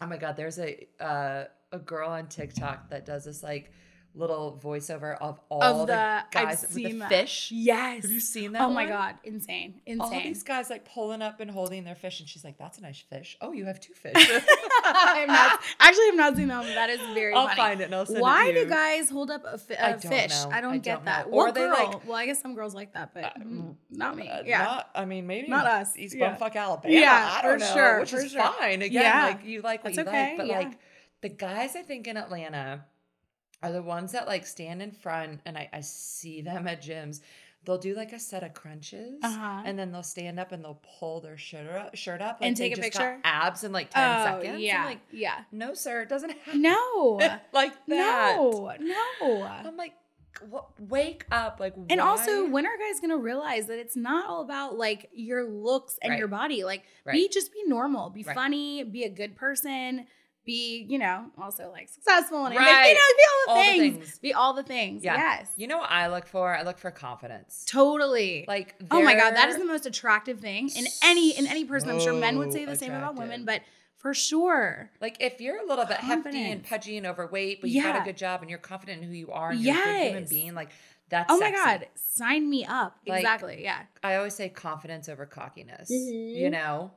Speaker 1: oh my god, there's a uh, a girl on TikTok that does this like little voiceover of all
Speaker 2: Of
Speaker 1: the,
Speaker 2: the- I've
Speaker 1: guys with
Speaker 2: seen
Speaker 1: the
Speaker 2: that.
Speaker 1: fish.
Speaker 2: yes.
Speaker 1: Have you seen that?
Speaker 2: Oh my
Speaker 1: one?
Speaker 2: god, insane,
Speaker 1: All
Speaker 2: insane.
Speaker 1: these guys like pulling up and holding their fish, and she's like, "That's a nice fish. Oh, you have two fish."
Speaker 2: I have not actually have not seen that, but that is very
Speaker 1: I'll
Speaker 2: funny.
Speaker 1: find it. And I'll send it
Speaker 2: Why
Speaker 1: to
Speaker 2: do
Speaker 1: you.
Speaker 2: guys hold up a, fi-
Speaker 1: I
Speaker 2: a
Speaker 1: don't
Speaker 2: fish?
Speaker 1: know.
Speaker 2: I don't
Speaker 1: I
Speaker 2: get
Speaker 1: don't
Speaker 2: that.
Speaker 1: know.
Speaker 2: What
Speaker 1: Or they,
Speaker 2: girl?
Speaker 1: like-
Speaker 2: well, I guess some girls like that, but
Speaker 1: Uh,
Speaker 2: mm, not me.
Speaker 1: Uh,
Speaker 2: yeah.
Speaker 1: not- I mean, maybe
Speaker 2: Not us.
Speaker 1: East
Speaker 2: Yeah.
Speaker 1: bumfuck Alabama.
Speaker 2: Yeah,
Speaker 1: I don't
Speaker 2: for
Speaker 1: know,
Speaker 2: sure,
Speaker 1: which
Speaker 2: for
Speaker 1: is
Speaker 2: sure.
Speaker 1: fine. Again,
Speaker 2: Yeah.
Speaker 1: like you like what
Speaker 2: That's
Speaker 1: you
Speaker 2: okay,
Speaker 1: like, but
Speaker 2: yeah.
Speaker 1: like the guys I think in Atlanta are the ones that like stand in front, and I, I see them at gyms. They'll do like a set of crunches,
Speaker 2: Uh-huh.
Speaker 1: and then they'll stand up and they'll pull their shirt up, shirt up
Speaker 2: And
Speaker 1: like they
Speaker 2: take a
Speaker 1: just got
Speaker 2: picture?
Speaker 1: abs in like ten
Speaker 2: oh
Speaker 1: seconds. I'm
Speaker 2: yeah,
Speaker 1: like
Speaker 2: yeah.
Speaker 1: no, sir, it doesn't happen
Speaker 2: No,
Speaker 1: like that.
Speaker 2: no, no.
Speaker 1: I'm like, w- wake up, like.
Speaker 2: And also,
Speaker 1: why?
Speaker 2: when are guys gonna realize that it's not all about like your looks and
Speaker 1: Right.
Speaker 2: your body? Like, be
Speaker 1: Right.
Speaker 2: just be normal, be
Speaker 1: Right.
Speaker 2: funny, be a good person, be you know also like successful and you
Speaker 1: Right.
Speaker 2: know, be all the
Speaker 1: All the
Speaker 2: things.
Speaker 1: things.
Speaker 2: be all the things.
Speaker 1: Yeah.
Speaker 2: Yes,
Speaker 1: You know what I look for? I look for confidence.
Speaker 2: totally.
Speaker 1: Like
Speaker 2: oh my god, that is
Speaker 1: they're-
Speaker 2: the most attractive thing in any in any person. I'm sure men would say the
Speaker 1: So
Speaker 2: same about women,
Speaker 1: attractive.
Speaker 2: but for sure,
Speaker 1: like if you're a little bit hefty and
Speaker 2: Confidence.
Speaker 1: pudgy and overweight, but you got
Speaker 2: Yeah.
Speaker 1: a good job and you're confident in who you are and you're a good human
Speaker 2: Yes.
Speaker 1: being, like that's
Speaker 2: oh my
Speaker 1: sexy.
Speaker 2: god, sign me up.
Speaker 1: Like-
Speaker 2: exactly. Yeah.
Speaker 1: I always say confidence over cockiness.
Speaker 2: Mhm.
Speaker 1: You know?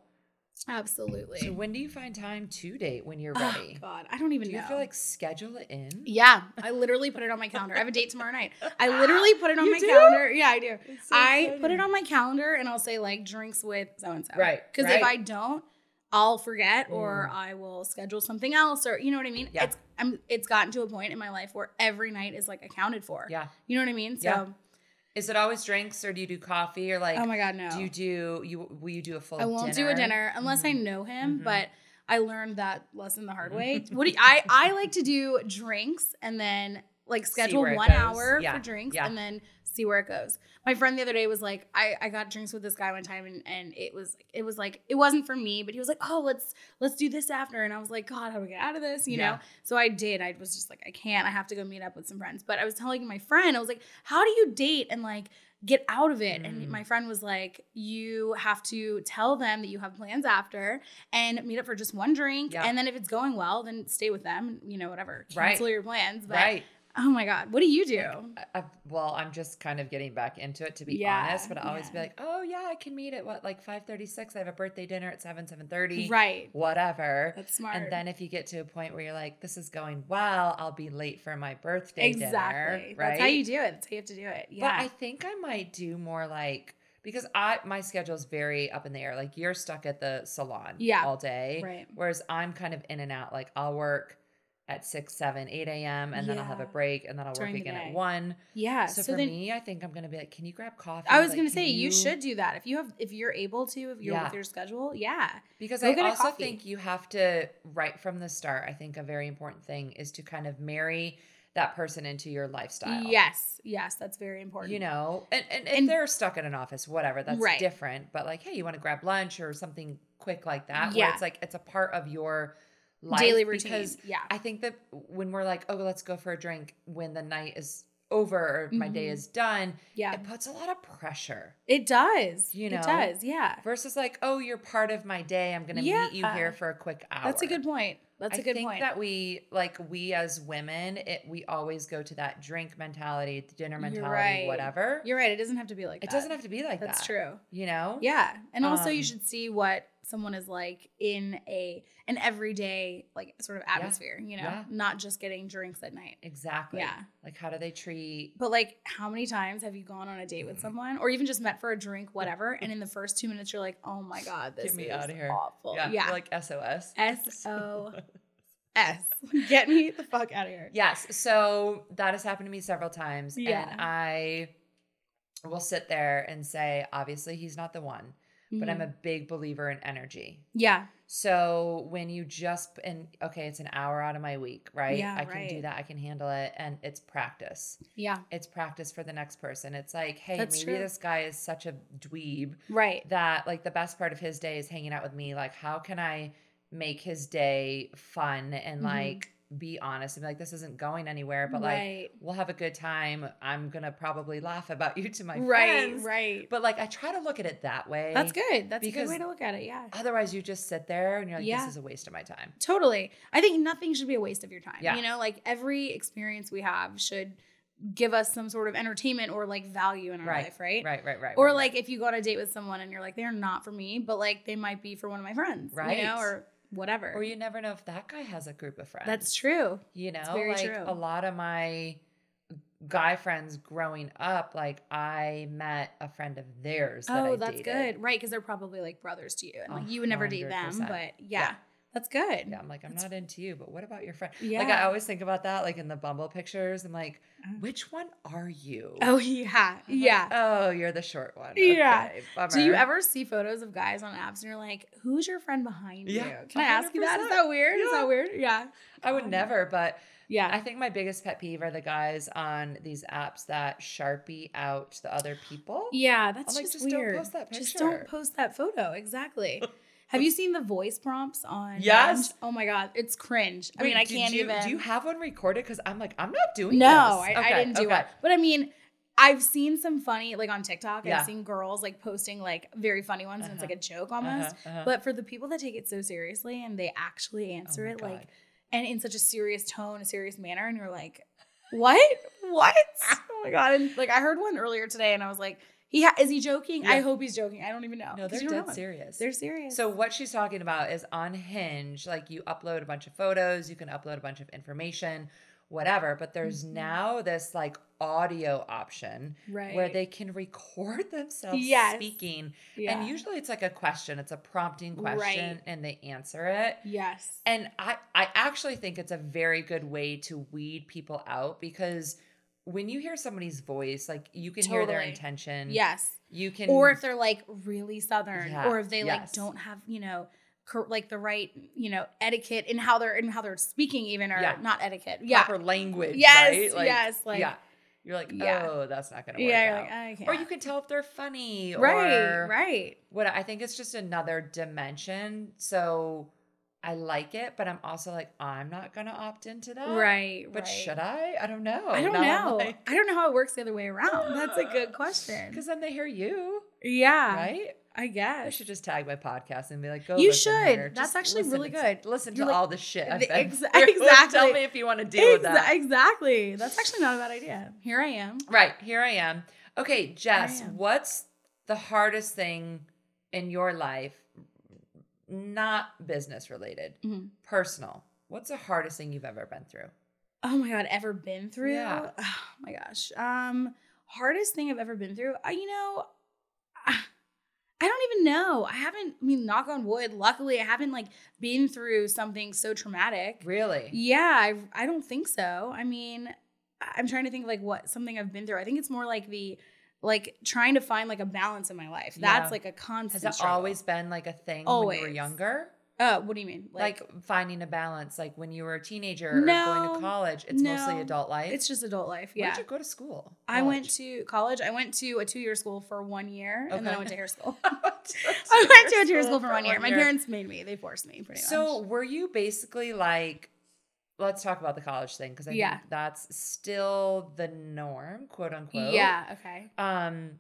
Speaker 2: Absolutely.
Speaker 1: So when do you find time to date when you're
Speaker 2: Oh,
Speaker 1: ready?
Speaker 2: God, E, I don't even
Speaker 1: do you
Speaker 2: know.
Speaker 1: feel like schedule it in?
Speaker 2: yeah, I literally put it on my calendar. I have a date tomorrow night. I literally put it on
Speaker 1: You
Speaker 2: my
Speaker 1: do?
Speaker 2: calendar. Yeah, I do.
Speaker 1: It's so
Speaker 2: I put it
Speaker 1: exciting.
Speaker 2: on my calendar and I'll say like drinks with so and so.
Speaker 1: Right,
Speaker 2: Because if I
Speaker 1: right. Mm.
Speaker 2: don't, I'll forget or I will schedule something else or you know what I mean?
Speaker 1: Yeah.
Speaker 2: It's I'm it's gotten to a point in my life where every night is like accounted for.
Speaker 1: Yeah.
Speaker 2: You know what I mean? So
Speaker 1: Yeah. Is it always drinks or do you do coffee or like
Speaker 2: oh my god, no.
Speaker 1: do you do you will you do a full
Speaker 2: I won't do a dinner unless I know him,
Speaker 1: Mhm.
Speaker 2: but I learned that lesson the
Speaker 1: Mm-hmm.
Speaker 2: hard way. what do you, I I like to do drinks and then like
Speaker 1: See
Speaker 2: schedule
Speaker 1: where it
Speaker 2: one
Speaker 1: goes.
Speaker 2: hour
Speaker 1: Yeah,
Speaker 2: for drinks
Speaker 1: yeah.
Speaker 2: and then see where it goes. My friend the other day was like, I, I got drinks with this guy one time and, and it was it was like it wasn't for me, but he was like, Oh, let's let's do this after and I was like, God, how do we get out of this? You know?
Speaker 1: Yeah.
Speaker 2: So I did. I was just like, I can't. I have to go meet up with some friends. But I was telling my friend, I was like, how do you date and like get out of it? And
Speaker 1: Mm.
Speaker 2: my friend was like, you have to tell them that you have plans after and meet up for just one drink.
Speaker 1: Yeah.
Speaker 2: And then if it's going well, then stay with them, you know, whatever.
Speaker 1: Right.
Speaker 2: Cancel your plans. But
Speaker 1: Right.
Speaker 2: oh my God, what do you do?
Speaker 1: I- I've, well, I'm just kind of getting back into it to be
Speaker 2: Yeah,
Speaker 1: honest, but I always be
Speaker 2: yeah.
Speaker 1: like, oh yeah, I can meet at what like 5:36. I have a birthday dinner at 7 7:30,
Speaker 2: Right.
Speaker 1: whatever.
Speaker 2: That's smart.
Speaker 1: And then if you get to a point where you're like, this is going well, I'll be late for my birthday
Speaker 2: exactly.
Speaker 1: dinner, right?
Speaker 2: That's how you do it. That's how you have to do it. Yeah.
Speaker 1: But I think I might do more like because I my schedule's very up in the air. Like you're stuck at the salon
Speaker 2: Yeah.
Speaker 1: all day,
Speaker 2: Right.
Speaker 1: whereas I'm kind of in and out. Like I'll work at 6, 7, 8 a.m. and then I'll have a
Speaker 2: Yeah.
Speaker 1: break and then I'll
Speaker 2: During
Speaker 1: work
Speaker 2: the
Speaker 1: again
Speaker 2: day.
Speaker 1: at 1.
Speaker 2: yeah.
Speaker 1: So,
Speaker 2: So,
Speaker 1: for
Speaker 2: then
Speaker 1: me, I think I'm gonna be like, can you grab coffee?
Speaker 2: I was
Speaker 1: Like,
Speaker 2: gonna
Speaker 1: can
Speaker 2: say you, should do that if you have if you're able to if you're
Speaker 1: Yeah.
Speaker 2: with your schedule yeah
Speaker 1: because
Speaker 2: go
Speaker 1: I
Speaker 2: get a
Speaker 1: also
Speaker 2: coffee.
Speaker 1: think you have to right from the start. I think a very important thing is to kind of marry that person into your lifestyle.
Speaker 2: Yes, yes, that's very important.
Speaker 1: You know, and, and if
Speaker 2: And-
Speaker 1: they're stuck in an office, whatever, that's
Speaker 2: Right.
Speaker 1: different. But like, hey, you want to grab lunch or something quick like that? Where
Speaker 2: Yeah.
Speaker 1: it's like it's a part of your life
Speaker 2: daily routine.
Speaker 1: Because
Speaker 2: yeah,
Speaker 1: I think that when we're like, oh, let's go for a drink when the night is over or my day
Speaker 2: Mhm.
Speaker 1: is done,
Speaker 2: yeah,
Speaker 1: it puts a lot of pressure.
Speaker 2: it does.
Speaker 1: You know,
Speaker 2: it does. Yeah,
Speaker 1: versus like, oh, you're part of my day. I'm going to meet you
Speaker 2: Yeah.
Speaker 1: here for a quick hour.
Speaker 2: that's a good point. That's a
Speaker 1: I
Speaker 2: good
Speaker 1: think
Speaker 2: point.
Speaker 1: that we like we as women, it we always go to that drink mentality, the dinner
Speaker 2: You're
Speaker 1: mentality,
Speaker 2: right.
Speaker 1: whatever.
Speaker 2: You're right. It doesn't have to be like
Speaker 1: it
Speaker 2: that.
Speaker 1: doesn't have to be like
Speaker 2: That's
Speaker 1: that.
Speaker 2: true.
Speaker 1: You know?
Speaker 2: Yeah, and also you
Speaker 1: Um,
Speaker 2: should see what someone is like in a an everyday like sort of atmosphere, you know,
Speaker 1: Yeah.
Speaker 2: not just getting drinks at night.
Speaker 1: Exactly.
Speaker 2: Yeah.
Speaker 1: Like how do they treat
Speaker 2: But like, how many times have you gone on a date with someone, or even just met for a drink, whatever? And in the first two minutes, you're like, "Oh my god, this
Speaker 1: Get me
Speaker 2: is
Speaker 1: outta here."
Speaker 2: awful."
Speaker 1: yeah,
Speaker 2: Yeah,
Speaker 1: like SOS.
Speaker 2: S O S. Get me the fuck out of here.
Speaker 1: Yes. So that has happened to me several times.
Speaker 2: Yeah.
Speaker 1: And I will sit there and say, obviously, he's not the one, but I'm
Speaker 2: Mhm.
Speaker 1: a big believer in energy.
Speaker 2: yeah,
Speaker 1: So when you just, and okay, it's an hour out of my week, right?
Speaker 2: Yeah,
Speaker 1: I can do
Speaker 2: right.
Speaker 1: that. I can handle it. And it's practice.
Speaker 2: yeah,
Speaker 1: It's practice for the next person. It's like, hey,
Speaker 2: That's
Speaker 1: maybe
Speaker 2: true.
Speaker 1: this guy is such a dweeb
Speaker 2: right.
Speaker 1: that like the best part of his day is hanging out with me. Like, how can I make his day fun and
Speaker 2: Mhm.
Speaker 1: like be honest and be like, this isn't going anywhere, but like
Speaker 2: right,
Speaker 1: we'll have a good time. I'm gonna probably laugh about you to my
Speaker 2: right,
Speaker 1: friends.
Speaker 2: right.
Speaker 1: But like I try to look at it that way.
Speaker 2: That's good. That's a good
Speaker 1: because-
Speaker 2: way to look at it. Yeah,
Speaker 1: Otherwise you just sit there and you're like,
Speaker 2: Yeah.
Speaker 1: this is a waste of my time.
Speaker 2: totally. I think nothing should be a waste of your time.
Speaker 1: Yeah.
Speaker 2: You know, like every experience we have should give us some sort of entertainment or like value in our
Speaker 1: Right,
Speaker 2: life, right?
Speaker 1: Right, right, right.
Speaker 2: Or
Speaker 1: right,
Speaker 2: like if you go on a date with someone and you're like, they're not for me, but like they might be for one of my friends,
Speaker 1: Right.
Speaker 2: You know, or whatever.
Speaker 1: right. or you never know if that guy has a group of friends.
Speaker 2: That's true.
Speaker 1: You know,
Speaker 2: very
Speaker 1: like
Speaker 2: true.
Speaker 1: a lot of my guy friends growing up, like I met a friend of theirs. That
Speaker 2: oh,
Speaker 1: I
Speaker 2: that's
Speaker 1: dated.
Speaker 2: good, right? Because they're probably like brothers to you, and
Speaker 1: A
Speaker 2: like you would never date them,
Speaker 1: hundred percent.
Speaker 2: but yeah,
Speaker 1: Yeah.
Speaker 2: that's good.
Speaker 1: Yeah, I'm like, I'm
Speaker 2: That's-
Speaker 1: not into you, but what about your friend?
Speaker 2: Yeah.
Speaker 1: Like, I always think about that, like in the Bumble pictures. I'm like,
Speaker 2: Oh.
Speaker 1: which one are you?
Speaker 2: oh yeah,
Speaker 1: I'm like,
Speaker 2: yeah.
Speaker 1: oh, you're the short one.
Speaker 2: Yeah.
Speaker 1: Okay, bummer.
Speaker 2: Do you ever see photos of guys on apps and you're like, who's your friend behind
Speaker 1: Yeah,
Speaker 2: you? Can I ask you that? Is
Speaker 1: 100%.
Speaker 2: that weird? Is
Speaker 1: Yeah.
Speaker 2: that weird? Yeah.
Speaker 1: I would
Speaker 2: Um,
Speaker 1: never, but
Speaker 2: Yeah.
Speaker 1: I think my biggest pet peeve are the guys on these apps that sharpie out the other people.
Speaker 2: yeah, that's
Speaker 1: like,
Speaker 2: just,
Speaker 1: just don't
Speaker 2: weird.
Speaker 1: post that
Speaker 2: Just don't
Speaker 1: picture.
Speaker 2: post that photo. Exactly. Have you seen the voice prompts on
Speaker 1: Yes.
Speaker 2: Hinge? Oh my god, it's cringe. I
Speaker 1: Wait,
Speaker 2: mean, I
Speaker 1: did
Speaker 2: can't
Speaker 1: you,
Speaker 2: even
Speaker 1: Do you have one recorded? Because I'm like, I'm not doing
Speaker 2: No, I,
Speaker 1: this.
Speaker 2: I
Speaker 1: Okay,
Speaker 2: didn't do
Speaker 1: okay.
Speaker 2: it. But I mean, I've seen some funny like on TikTok,
Speaker 1: Yeah.
Speaker 2: I've seen girls like posting like very funny ones and it's
Speaker 1: Uh-huh.
Speaker 2: like a joke almost.
Speaker 1: Uh-huh, uh-huh.
Speaker 2: But for the people that take it so seriously and they actually
Speaker 1: Oh
Speaker 2: answer
Speaker 1: my
Speaker 2: it
Speaker 1: God.
Speaker 2: like and in such a serious tone, a serious manner, and you're like, what? What? oh my god! And like I heard one earlier today, and I was like, he ha- is he joking? I
Speaker 1: Yeah.
Speaker 2: hope he's joking. I don't even know.
Speaker 1: no,
Speaker 2: 'Cause
Speaker 1: they're
Speaker 2: you don't know
Speaker 1: dead
Speaker 2: him.
Speaker 1: serious.
Speaker 2: They're serious.
Speaker 1: So what she's talking about is on Hinge, like you upload a bunch of photos, you can upload a bunch of information, whatever, but there's
Speaker 2: Mhm.
Speaker 1: now this like audio option
Speaker 2: right
Speaker 1: where they can record themselves
Speaker 2: Yes.
Speaker 1: speaking.
Speaker 2: yeah.
Speaker 1: And usually it's like a question, it's a prompting question
Speaker 2: Right.
Speaker 1: and they answer it.
Speaker 2: yes
Speaker 1: And I I actually think it's a very good way to weed people out because when you hear somebody's voice, like you can hear their
Speaker 2: Totally.
Speaker 1: intention.
Speaker 2: yes
Speaker 1: You can
Speaker 2: or if they're like really southern
Speaker 1: Yeah,
Speaker 2: or if they like
Speaker 1: yes.
Speaker 2: don't have you know cor- like the right you know etiquette in how they're in how they're speaking even or
Speaker 1: Yeah.
Speaker 2: not etiquette yeah
Speaker 1: proper language.
Speaker 2: yes
Speaker 1: right? Like,
Speaker 2: yes like
Speaker 1: yeah. You're like,
Speaker 2: Yeah.
Speaker 1: oh, that's not gonna work
Speaker 2: yeah, you're
Speaker 1: out.
Speaker 2: like, I can't.
Speaker 1: Or you can tell if they're funny
Speaker 2: right
Speaker 1: or
Speaker 2: right
Speaker 1: what I think it's just another dimension. So I like it, but I'm also like, I'm not gonna opt into that.
Speaker 2: right
Speaker 1: But
Speaker 2: right.
Speaker 1: should I? I don't know.
Speaker 2: I don't know. I don't know how it works the other way around. That's a good question.
Speaker 1: Because then they hear you,
Speaker 2: Yeah,
Speaker 1: right?
Speaker 2: I
Speaker 1: I
Speaker 2: guess.
Speaker 1: should just tag my podcast and be like, go.
Speaker 2: You
Speaker 1: listen
Speaker 2: should.
Speaker 1: here.
Speaker 2: That's
Speaker 1: Just
Speaker 2: actually
Speaker 1: listen
Speaker 2: really
Speaker 1: to-
Speaker 2: good.
Speaker 1: Listen to
Speaker 2: You're like-
Speaker 1: all the shit. I've
Speaker 2: The
Speaker 1: been
Speaker 2: ex-
Speaker 1: through. Tell
Speaker 2: exactly.
Speaker 1: me if you want to deal with
Speaker 2: Exa-
Speaker 1: that.
Speaker 2: Exactly. That's actually not a bad idea. Here I am.
Speaker 1: Right, here I am. Okay, Jess,
Speaker 2: am.
Speaker 1: what's the hardest thing in your life, not business related,
Speaker 2: Mhm.
Speaker 1: personal? What's the hardest thing you've ever been through?
Speaker 2: Oh my god, ever been through?
Speaker 1: Yeah.
Speaker 2: Oh my gosh. Um, hardest thing I've ever been through. I, you know, I I don't even know. I haven't. I mean, knock on wood. Luckily, I haven't like been through something so traumatic.
Speaker 1: Really?
Speaker 2: Yeah, I I don't think so. I mean, I- I'm trying to think of like what something I've been through. I think it's more like the like trying to find like a balance in my life. That's
Speaker 1: Yeah.
Speaker 2: like a
Speaker 1: Has
Speaker 2: constant.
Speaker 1: it
Speaker 2: struggle.
Speaker 1: always been like a thing when you were
Speaker 2: Always.
Speaker 1: younger?
Speaker 2: Uh, what do you mean?
Speaker 1: Like, finding a balance, like when you were a teenager or going
Speaker 2: No,
Speaker 1: to college, it's mostly
Speaker 2: no.
Speaker 1: adult life.
Speaker 2: it's just adult life.
Speaker 1: Where
Speaker 2: Yeah.
Speaker 1: did you go to school?
Speaker 2: I went
Speaker 1: College?
Speaker 2: to college. I went to a two-year school for one year, and then I
Speaker 1: Okay.
Speaker 2: went to hair school.
Speaker 1: I
Speaker 2: I went to a two-year school for one year. My parents made me. They forced me, pretty
Speaker 1: So
Speaker 2: much.
Speaker 1: were you basically like, let's talk about the college thing because I
Speaker 2: Yeah.
Speaker 1: think that's still the norm, quote unquote.
Speaker 2: yeah. Okay.
Speaker 1: Um,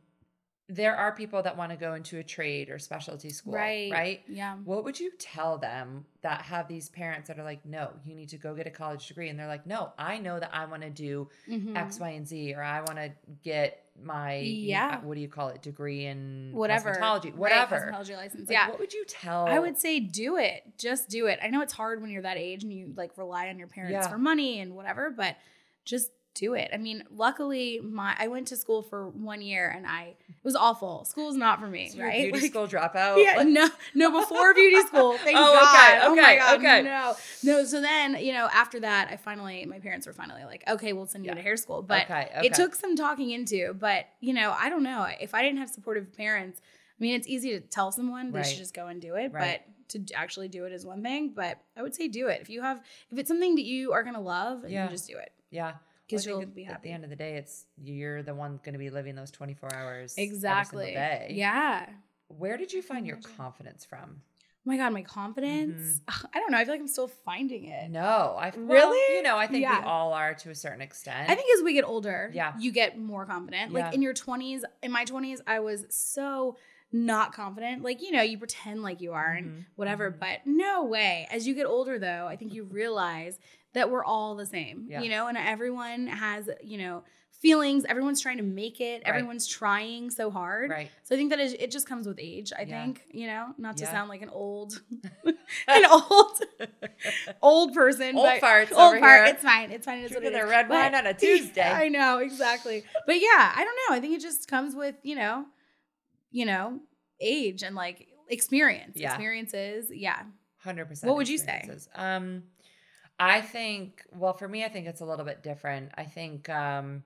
Speaker 1: there are people that want to go into a trade or specialty school,
Speaker 2: Right.
Speaker 1: Right.
Speaker 2: Yeah.
Speaker 1: What would you tell them that have these parents that are like, no, you need to go get a college degree? And they're like, no, I know that I want to do
Speaker 2: Mhm.
Speaker 1: X, Y, and Z, or I want to get my,
Speaker 2: Yeah.
Speaker 1: what do you call it, degree in
Speaker 2: Whatever.
Speaker 1: cosmetology,
Speaker 2: Right,
Speaker 1: whatever.
Speaker 2: cosmetology license.
Speaker 1: Like,
Speaker 2: yeah.
Speaker 1: What would you tell?
Speaker 2: I would say do it. Just do it. I know it's hard when you're that age and you like rely on your parents
Speaker 1: Yeah.
Speaker 2: for money and whatever, but just do it. I mean, luckily my I went to school for one year and I it was awful. School's not for me,
Speaker 1: So you're a
Speaker 2: right?
Speaker 1: Beauty
Speaker 2: Like,
Speaker 1: school dropout.
Speaker 2: yeah,
Speaker 1: Like,
Speaker 2: no, no, before beauty school. Thank
Speaker 1: Oh,
Speaker 2: God.
Speaker 1: okay,
Speaker 2: oh my
Speaker 1: okay,
Speaker 2: God,
Speaker 1: okay.
Speaker 2: no, no. So then, you know, after that, I finally, my parents were finally like, okay, we'll send you
Speaker 1: Yeah.
Speaker 2: to hair school. But
Speaker 1: okay,
Speaker 2: it took some talking into, but you know, I don't know. If I didn't have supportive parents, I mean, it's easy to tell someone they
Speaker 1: Right.
Speaker 2: should just go and do it,
Speaker 1: Right.
Speaker 2: but to d- actually do it is one thing. But I would say do it if you have, if it's something that you are gonna love, and
Speaker 1: Yeah.
Speaker 2: you just do it
Speaker 1: yeah.
Speaker 2: because
Speaker 1: Well, I
Speaker 2: you'll
Speaker 1: think
Speaker 2: be
Speaker 1: at- At the
Speaker 2: happy.
Speaker 1: end of the day, it's you're the one going to be living those 24 hours every single
Speaker 2: Exactly.
Speaker 1: day.
Speaker 2: Yeah. Oh
Speaker 1: Where did you find your
Speaker 2: Imagine.
Speaker 1: confidence from?
Speaker 2: my God, my confidence. Ugh, I don't know. I feel like I'm still finding it.
Speaker 1: Mm-hmm. Eh, No, I well,
Speaker 2: Really?
Speaker 1: you know, I think
Speaker 2: Yeah.
Speaker 1: we all are to a certain extent.
Speaker 2: I think as we get older,
Speaker 1: Yeah.
Speaker 2: you get more confident.
Speaker 1: Yeah.
Speaker 2: Like in your 20s, in my 20s, I was so not confident. Like, you know, you pretend like you are and
Speaker 1: Mhm.
Speaker 2: whatever,
Speaker 1: Mhm.
Speaker 2: but no way. As you get older though, I think you realize that we're all the same,
Speaker 1: Yeah.
Speaker 2: you know, and everyone has, you know, feelings, everyone's trying to make it,
Speaker 1: Right.
Speaker 2: everyone's trying so hard.
Speaker 1: right.
Speaker 2: So I think that is, it just comes with age, I
Speaker 1: Yeah.
Speaker 2: think, you know, not to
Speaker 1: Yeah.
Speaker 2: sound like an old an old old person,
Speaker 1: Old
Speaker 2: but
Speaker 1: farts
Speaker 2: old
Speaker 1: over
Speaker 2: fart,
Speaker 1: here.
Speaker 2: it's fine. It's fine. It's what
Speaker 1: Drinking
Speaker 2: it
Speaker 1: their
Speaker 2: is.
Speaker 1: red wine on a Tuesday.
Speaker 2: I know exactly. But yeah, I don't know. I think it just comes with you know, you know, age and like experience,
Speaker 1: Yeah.
Speaker 2: experiences. Yeah,
Speaker 1: Hundred percent.
Speaker 2: What would you say?
Speaker 1: Um, I think. Well, for me, I think it's a little bit different. I think um,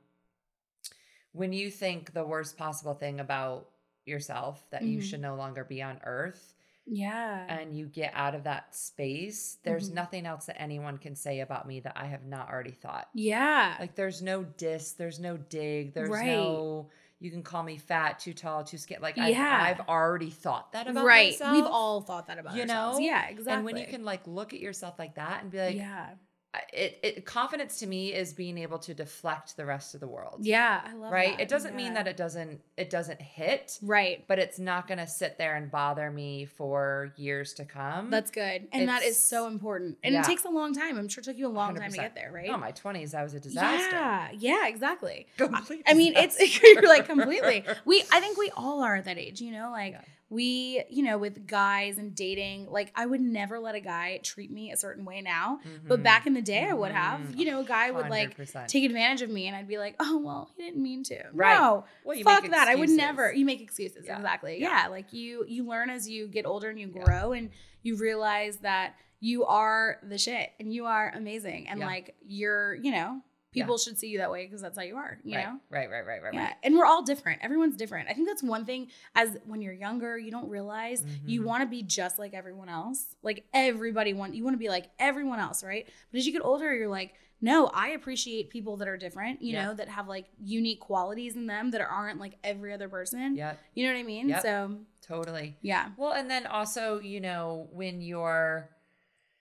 Speaker 1: when you think the worst possible thing about yourself that you
Speaker 2: Mhm.
Speaker 1: should no longer be on Earth,
Speaker 2: yeah,
Speaker 1: and you get out of that space, there's
Speaker 2: Mhm.
Speaker 1: nothing else that anyone can say about me that I have not already thought.
Speaker 2: yeah,
Speaker 1: Like, there's no diss. There's no dig. There's
Speaker 2: Right.
Speaker 1: no. You can call me fat, too tall, too skinny. Like,
Speaker 2: Yeah.
Speaker 1: I've, I've already thought that about
Speaker 2: right.
Speaker 1: myself.
Speaker 2: We've all thought that about
Speaker 1: you
Speaker 2: ourselves.
Speaker 1: know?
Speaker 2: Yeah, exactly.
Speaker 1: And when you can like look at yourself like that and be like,
Speaker 2: yeah,
Speaker 1: I- it, it confidence to me is being able to deflect the rest of the world.
Speaker 2: yeah, I love
Speaker 1: Right.
Speaker 2: that.
Speaker 1: It doesn't mean
Speaker 2: Yeah.
Speaker 1: that it doesn't it doesn't hit,
Speaker 2: Right.
Speaker 1: but it's not gonna sit there and bother me for years to come.
Speaker 2: That's good. And that
Speaker 1: Mm-hmm.
Speaker 2: is
Speaker 1: It's-
Speaker 2: so important. And
Speaker 1: yeah.
Speaker 2: it takes a long time. I'm sure it took you a long time to
Speaker 1: 100%.
Speaker 2: get there, right?
Speaker 1: oh my twenties, I was a disaster.
Speaker 2: Yeah, yeah, exactly.
Speaker 1: Complete
Speaker 2: I mean, it's
Speaker 1: disaster.
Speaker 2: you're like completely. We, I think we all are at that age, you know, like
Speaker 1: Yeah.
Speaker 2: we, you know, with guys and dating, like I would never let a guy treat me a certain way now. But
Speaker 1: Mhm.
Speaker 2: back in the day, I would have,
Speaker 1: Mhm.
Speaker 2: you know, a guy would like
Speaker 1: 100%.
Speaker 2: take advantage of me and I'd be like, oh, well, he didn't mean to.
Speaker 1: Right.
Speaker 2: No,
Speaker 1: Well, you
Speaker 2: fuck
Speaker 1: make
Speaker 2: that. I would
Speaker 1: excuses.
Speaker 2: never. You make excuses.
Speaker 1: Yeah.
Speaker 2: Exactly.
Speaker 1: Yeah.
Speaker 2: Yeah. Like you, you learn as you get older and you
Speaker 1: Yeah.
Speaker 2: grow and you realize that you are the shit and you are amazing. And
Speaker 1: Yeah.
Speaker 2: like you're, you know,
Speaker 1: Yeah.
Speaker 2: people should see you that way because that's how you are, you
Speaker 1: right,
Speaker 2: know?
Speaker 1: Right, right, right, right,
Speaker 2: Yeah,
Speaker 1: right.
Speaker 2: and we're all different. Everyone's different. I think that's one thing as when you're younger, you don't realize you
Speaker 1: Mhm.
Speaker 2: want to be just like everyone else. Like everybody want you want to be like everyone else, right? But as you get older, you're like, "No, I appreciate people that are different, you
Speaker 1: Yeah.
Speaker 2: know, that have like unique qualities in them that aren't like every other person."
Speaker 1: Yep,
Speaker 2: You know what I mean?
Speaker 1: Yep.
Speaker 2: So,
Speaker 1: totally.
Speaker 2: yeah.
Speaker 1: Well, and then also, you know, when you're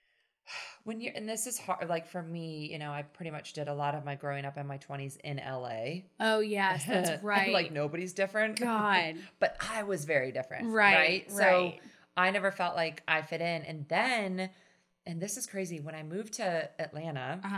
Speaker 1: when you're and this is hard like for me, you know, I pretty much did a lot of my growing up in my 20s in LA.
Speaker 2: Oh, yes, that's right.
Speaker 1: like nobody's different.
Speaker 2: God.
Speaker 1: But I was very different.
Speaker 2: Right. Right.
Speaker 1: So I never felt like I fit in. And then and this is crazy, when I moved to Atlanta,
Speaker 2: uh-huh.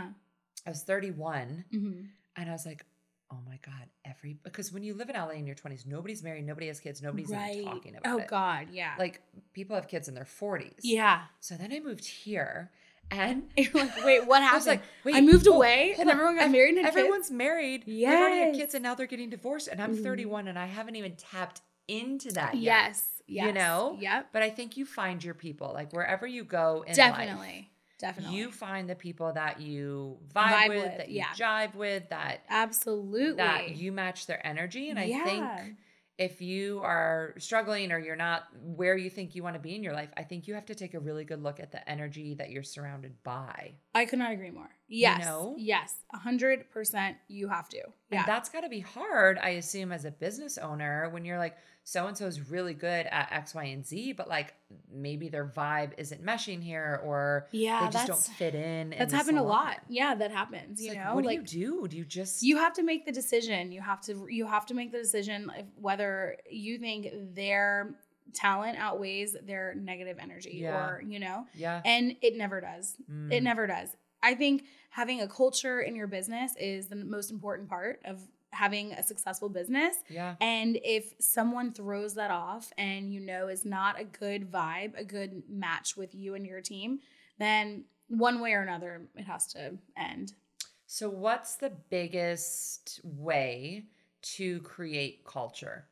Speaker 1: I was 31
Speaker 2: hmm
Speaker 1: and I was like, "Oh my god, every because when you live in LA in your 20s, nobody's married, nobody has kids, nobody's
Speaker 2: Right.
Speaker 1: even talking about
Speaker 2: Oh
Speaker 1: it."
Speaker 2: god, yeah.
Speaker 1: Like people have kids in their 40s.
Speaker 2: yeah.
Speaker 1: So then I moved here and
Speaker 2: You're like, "Wait, what
Speaker 1: I
Speaker 2: happened?"
Speaker 1: was like, wait,
Speaker 2: I moved
Speaker 1: hold-
Speaker 2: away
Speaker 1: hold
Speaker 2: and
Speaker 1: on.
Speaker 2: everyone got
Speaker 1: Ev-
Speaker 2: married and had kids?
Speaker 1: Everyone's married. They've already had
Speaker 2: Yes.
Speaker 1: kids and now they're getting divorced. And I'm
Speaker 2: Mhm.
Speaker 1: 31 and I haven't even tapped into that yet.
Speaker 2: Yes.
Speaker 1: You
Speaker 2: Yes.
Speaker 1: know?
Speaker 2: Yep.
Speaker 1: But I think you find your people, like wherever you go in life,
Speaker 2: Definitely. Definitely.
Speaker 1: you find the people that you vibe,
Speaker 2: Vibe
Speaker 1: with,
Speaker 2: with,
Speaker 1: that you
Speaker 2: yeah.
Speaker 1: jive with, that
Speaker 2: absolutely
Speaker 1: that you match their energy. And I
Speaker 2: Yeah.
Speaker 1: think if you are struggling or you're not where you think you want to be in your life, I think you have to take a really good look at the energy that you're surrounded by.
Speaker 2: I could not agree more. Yes.
Speaker 1: know?
Speaker 2: Yes. A hundred percent you have to. Yeah.
Speaker 1: And that's got to be hard, I assume, as a business owner when you're like, so and so is really good at X, Y, and Z, but like maybe their vibe isn't meshing here or
Speaker 2: yeah.
Speaker 1: they just don't
Speaker 2: That's
Speaker 1: fit in. in
Speaker 2: that's
Speaker 1: the
Speaker 2: happened a
Speaker 1: salon."
Speaker 2: lot. Yeah, that happens.
Speaker 1: It's
Speaker 2: You
Speaker 1: like,
Speaker 2: know,
Speaker 1: what
Speaker 2: like
Speaker 1: do you do? Do you just
Speaker 2: you have to make the decision. You have to you have to make the decision if whether you think their talent outweighs their negative energy
Speaker 1: Yeah.
Speaker 2: or you know,
Speaker 1: yeah?
Speaker 2: and it never does. It
Speaker 1: Mm.
Speaker 2: never does. I think having a culture in your business is the most important part of having a successful business.
Speaker 1: yeah.
Speaker 2: And if someone throws that off and you know is not a good vibe, a good match with you and your team, then one way or another it has to end.
Speaker 1: So, what's the biggest way to create culture?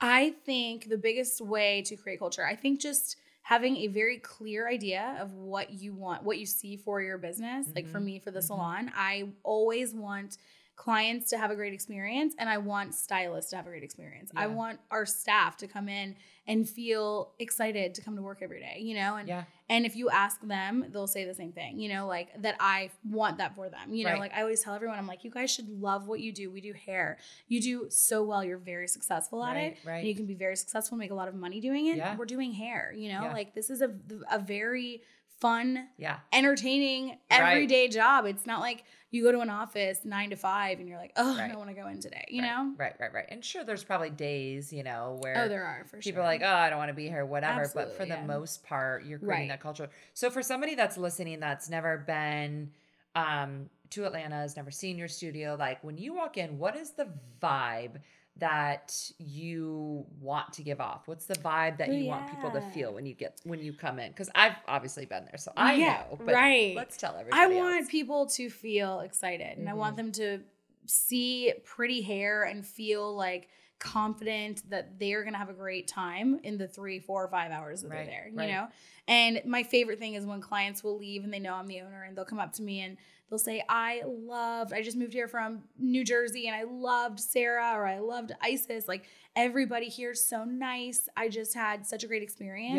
Speaker 2: I think the biggest way to create culture, I think just having a very clear idea of what you want, what you see for your business. Like for
Speaker 1: Mhm.
Speaker 2: me, for the
Speaker 1: Mhm.
Speaker 2: salon, I always want clients to have a great experience and I want stylists to have a great experience. I
Speaker 1: Yeah.
Speaker 2: want our staff to come in and feel excited to come to work every day, you know? And
Speaker 1: Yeah.
Speaker 2: and if you ask them, they'll say the same thing, you know, like that I want that for them. You know,
Speaker 1: Right.
Speaker 2: like I always tell everyone, I'm like, you guys should love what you do. We do hair. You do so well. You're very successful at it.
Speaker 1: Right. Right.
Speaker 2: And you can be very successful, make a lot of money doing it.
Speaker 1: Yeah.
Speaker 2: We're doing hair, you know,
Speaker 1: Yeah.
Speaker 2: like this is a, a very fun,
Speaker 1: yeah.
Speaker 2: entertaining,
Speaker 1: Right.
Speaker 2: everyday job. It's not like you go to an office nine to five and you're like, oh, I
Speaker 1: Right.
Speaker 2: don't want to go in today, you
Speaker 1: right,
Speaker 2: know?
Speaker 1: Right. Right. Right. And sure, there's probably days, you know, where
Speaker 2: Oh, there are for sure.
Speaker 1: people are like, oh, I don't want to be here, whatever. but for
Speaker 2: Absolutely,
Speaker 1: the
Speaker 2: yeah.
Speaker 1: most part, you're creating
Speaker 2: Right.
Speaker 1: that culture. So for somebody that's listening that's never been um, to Atlanta, has never seen your studio, like when you walk in, what is the vibe that you want to give off? What's the vibe that
Speaker 2: Oh,
Speaker 1: you want people to
Speaker 2: yeah.
Speaker 1: feel when you get when you come in? Because I've obviously been there, so I
Speaker 2: Yeah,
Speaker 1: know. But
Speaker 2: right.
Speaker 1: let's tell everybody.
Speaker 2: I want
Speaker 1: else. Mm-hmm.
Speaker 2: people to feel excited and I want them to see pretty hair and feel like confident that they're going to have a great time in the three, four, or five hours that
Speaker 1: Right,
Speaker 2: they're there, you
Speaker 1: right.
Speaker 2: know? And my favorite thing is when clients will leave and they know I'm the owner and they'll come up to me and they'll say, I loved, I just moved here from New Jersey and I loved Sarah or I loved Isis. Like everybody here is so nice. I just had such a great experience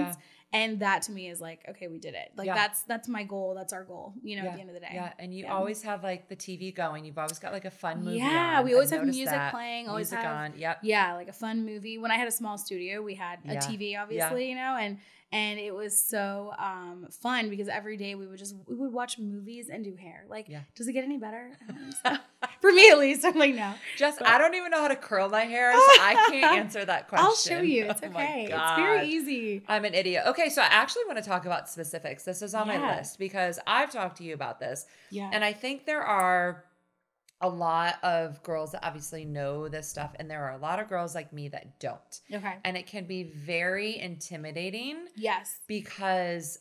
Speaker 1: Yeah,
Speaker 2: and that to me is like okay we did it like
Speaker 1: Yeah.
Speaker 2: that's that's my goal that's our goal you know at the end of the day
Speaker 1: yeah, and you
Speaker 2: Yeah.
Speaker 1: always have like the TV going. You've always got like a fun movie.
Speaker 2: Yeah,
Speaker 1: on.
Speaker 2: we always
Speaker 1: I've
Speaker 2: have
Speaker 1: noticed
Speaker 2: music
Speaker 1: that.
Speaker 2: playing, always
Speaker 1: music
Speaker 2: have-
Speaker 1: on. Yep.
Speaker 2: yeah like a fun movie when i had a small studio we had a
Speaker 1: Yeah.
Speaker 2: tv obviously you know and and it was so um fun because every day we would just we would watch movies and do hair like
Speaker 1: Yeah.
Speaker 2: does it get any better I don't think so. for me at least i'm like no
Speaker 1: Jess,
Speaker 2: But-
Speaker 1: I don't even know how to curl my hair, so I can't answer that question.
Speaker 2: i'll show you it's
Speaker 1: Oh my
Speaker 2: okay it's very
Speaker 1: God.
Speaker 2: easy
Speaker 1: I'm an idiot. Okay, so I actually want to talk about specifics. This is on
Speaker 2: Yeah.
Speaker 1: my list because I've talked to you about this,
Speaker 2: yeah
Speaker 1: and I think there are a lot of girls that obviously know this stuff, and there are a lot of girls like me that don't.
Speaker 2: okay
Speaker 1: And it can be very intimidating
Speaker 2: yes
Speaker 1: because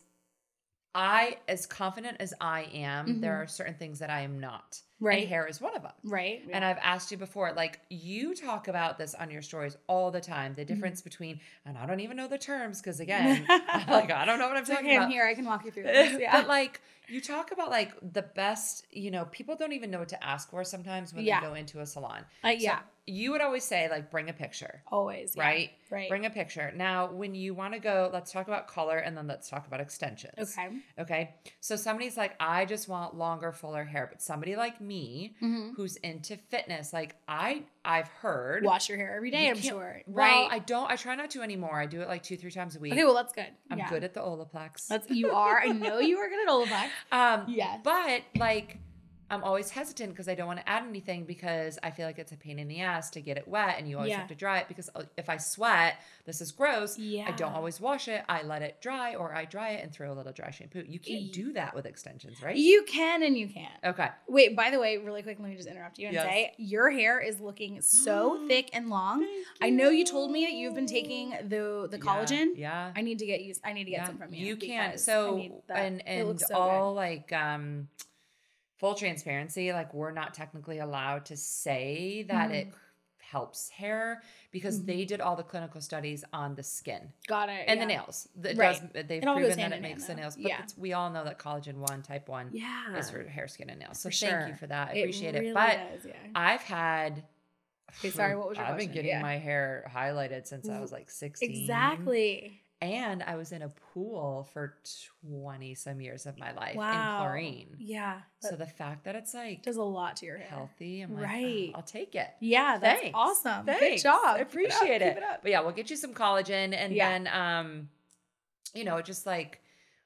Speaker 1: I, as confident as I am, there
Speaker 2: Mhm.
Speaker 1: are certain things that I am not.
Speaker 2: right
Speaker 1: And hair is one of them.
Speaker 2: right
Speaker 1: And I've asked you before, like you talk about this on your stories all the time,
Speaker 2: Mm-hmm.
Speaker 1: the difference between, and I don't even know the terms because again, Oh I'm like I don't know what I'm
Speaker 2: It's
Speaker 1: talking
Speaker 2: okay, i'm
Speaker 1: about.
Speaker 2: here i can walk you through this yeah
Speaker 1: but like you talk about like the best, you know, people don't even know what to ask for sometimes when
Speaker 2: Yeah.
Speaker 1: they go into a salon.
Speaker 2: Uh, yeah
Speaker 1: So you would always say like bring a picture,
Speaker 2: always yeah.
Speaker 1: right?
Speaker 2: right
Speaker 1: Bring a picture. Now, when you want to go, let's talk about color and then let's talk about extensions.
Speaker 2: okay
Speaker 1: Okay. So somebody's like, I just want longer, fuller hair. But somebody like me,
Speaker 2: hmm
Speaker 1: who's into fitness. Like I I've heard.
Speaker 2: wash your hair every day.
Speaker 1: You
Speaker 2: I'm
Speaker 1: can't-
Speaker 2: sure,
Speaker 1: Well,
Speaker 2: right?
Speaker 1: I don't. I try not to anymore. I do it like two three times a week.
Speaker 2: okay, well that's good.
Speaker 1: I'm
Speaker 2: yeah.
Speaker 1: good at the Olaplex.
Speaker 2: That's you are. I know you are good at Olaplex.
Speaker 1: um,
Speaker 2: Yes.
Speaker 1: but like. I'm always hesitant because I don't want to add anything because I feel like it's a pain in the ass to get it wet and you always
Speaker 2: Yeah.
Speaker 1: have to dry it because oh, if I sweat, this is gross.
Speaker 2: Yeah,
Speaker 1: I don't always wash it. I let it dry or I dry it and throw a little dry shampoo. You
Speaker 2: Ye-
Speaker 1: can't do that with extensions, right?
Speaker 2: You can and you can't.
Speaker 1: okay.
Speaker 2: Wait, by the way, really quick, let me just interrupt you and
Speaker 1: Yes.
Speaker 2: say your hair is looking so thick and long. I know you told me that you've been taking the the
Speaker 1: Yeah,
Speaker 2: collagen.
Speaker 1: Yeah.
Speaker 2: I need to get you. I need to get
Speaker 1: Yeah,
Speaker 2: some from you.
Speaker 1: can
Speaker 2: because I need
Speaker 1: so
Speaker 2: that.
Speaker 1: and
Speaker 2: It
Speaker 1: and
Speaker 2: looks so
Speaker 1: all like um full transparency, like we're not technically allowed to say that it
Speaker 2: Mm-hmm.
Speaker 1: helps hair because
Speaker 2: Mhm.
Speaker 1: they did all the clinical studies on the skin
Speaker 2: good. got it.
Speaker 1: and
Speaker 2: yeah.
Speaker 1: the nails. Th- It
Speaker 2: Right.
Speaker 1: does, they've
Speaker 2: It all goes
Speaker 1: proven
Speaker 2: hand
Speaker 1: that it
Speaker 2: in hand,
Speaker 1: makes the
Speaker 2: though.
Speaker 1: nails, but
Speaker 2: Yeah.
Speaker 1: it's, we all know that collagen one, type one,
Speaker 2: Yeah,
Speaker 1: is for hair, skin, and nails. So
Speaker 2: For
Speaker 1: thank
Speaker 2: sure.
Speaker 1: you for that. I
Speaker 2: It
Speaker 1: appreciate it.
Speaker 2: really
Speaker 1: But
Speaker 2: does, yeah.
Speaker 1: I've had.
Speaker 2: Okay, sorry, what was your
Speaker 1: I've
Speaker 2: question?
Speaker 1: been getting
Speaker 2: Yeah.
Speaker 1: my hair highlighted since I was like 16.
Speaker 2: exactly.
Speaker 1: And I was in a pool for 20 some years of my life in chlorine.
Speaker 2: Yeah. That
Speaker 1: So the fact that it's like
Speaker 2: does a lot to your hair.
Speaker 1: healthy, I'm like,
Speaker 2: Right.
Speaker 1: right. I'll take it.
Speaker 2: Yeah, that's
Speaker 1: Thanks.
Speaker 2: awesome. Good
Speaker 1: Thanks.
Speaker 2: job. Keep
Speaker 1: I
Speaker 2: it up,
Speaker 1: appreciate it.
Speaker 2: keep
Speaker 1: But yeah, we'll get you some collagen and
Speaker 2: Yeah.
Speaker 1: then um you know, just like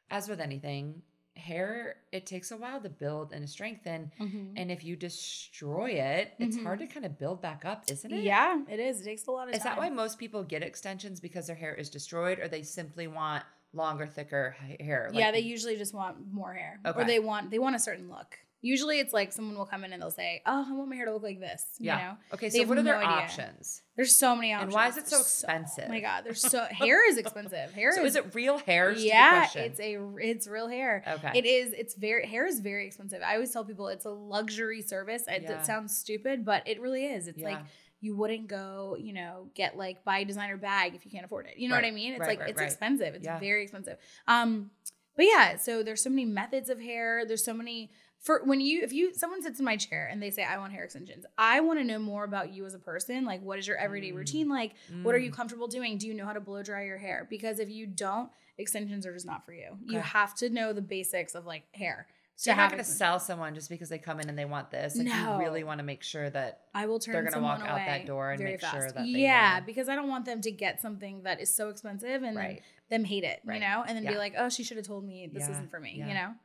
Speaker 1: as with anything, hair it takes a while to build and to strengthen.
Speaker 2: Mhm.
Speaker 1: And if you destroy it, it's
Speaker 2: Mhm.
Speaker 1: hard to kind of build back up, isn't it?
Speaker 2: Yeah, it is. It takes a lot of
Speaker 1: Is
Speaker 2: time.
Speaker 1: that why most people get extensions because their hair is destroyed or they simply want longer, thicker ha- hair?
Speaker 2: yeah,
Speaker 1: Like-
Speaker 2: they usually just want more hair, or
Speaker 1: Okay.
Speaker 2: they want they want a certain look. Usually, it's like someone will come in and they'll say, "Oh, I want my hair to look like this." You
Speaker 1: Yeah.
Speaker 2: know,
Speaker 1: Okay,
Speaker 2: they
Speaker 1: so
Speaker 2: have
Speaker 1: what are their
Speaker 2: no idea.
Speaker 1: options?
Speaker 2: there's so many options.
Speaker 1: And why is it so
Speaker 2: There's
Speaker 1: expensive?
Speaker 2: Oh my god, there's so hair is expensive. Hair
Speaker 1: So is it real hair? is the
Speaker 2: Yeah,
Speaker 1: question.
Speaker 2: it's a it's real hair.
Speaker 1: okay.
Speaker 2: It is. It's very hair is very expensive. I always tell people it's a luxury service. It,
Speaker 1: Yeah.
Speaker 2: it sounds stupid, but it really is. It's like
Speaker 1: Yeah.
Speaker 2: you wouldn't go, you know, get like buy a designer bag if you can't afford it. You know what I
Speaker 1: Right,
Speaker 2: mean? It's
Speaker 1: right,
Speaker 2: like
Speaker 1: right,
Speaker 2: it's
Speaker 1: right.
Speaker 2: expensive. It's
Speaker 1: Yeah.
Speaker 2: very expensive. Um, but yeah, so there's so many methods of hair. There's so many for when you if you someone sits in my chair and they say I want hair extensions, I want to know more about you as a person. Like, what is your everyday
Speaker 1: Mm.
Speaker 2: routine like? What are
Speaker 1: Mm.
Speaker 2: you comfortable doing? Do you know how to blow dry your hair? Because if you don't, extensions are just not for you. You
Speaker 1: Okay.
Speaker 2: have to know the basics of like hair.
Speaker 1: So you're
Speaker 2: have
Speaker 1: not going to
Speaker 2: extensions.
Speaker 1: sell someone just because they come in and they want this. Like
Speaker 2: No.
Speaker 1: you really want to make sure that
Speaker 2: I will turn.
Speaker 1: They're gonna walk
Speaker 2: someone
Speaker 1: out that
Speaker 2: away
Speaker 1: door and
Speaker 2: very
Speaker 1: make sure
Speaker 2: fast.
Speaker 1: that they
Speaker 2: yeah,
Speaker 1: know.
Speaker 2: because I don't want them to get something that is so expensive and
Speaker 1: right.
Speaker 2: then them hate it, you
Speaker 1: Right.
Speaker 2: know, and then be
Speaker 1: Yeah.
Speaker 2: like, oh, she should have told me this
Speaker 1: Yeah,
Speaker 2: isn't for me, you
Speaker 1: yeah.
Speaker 2: know.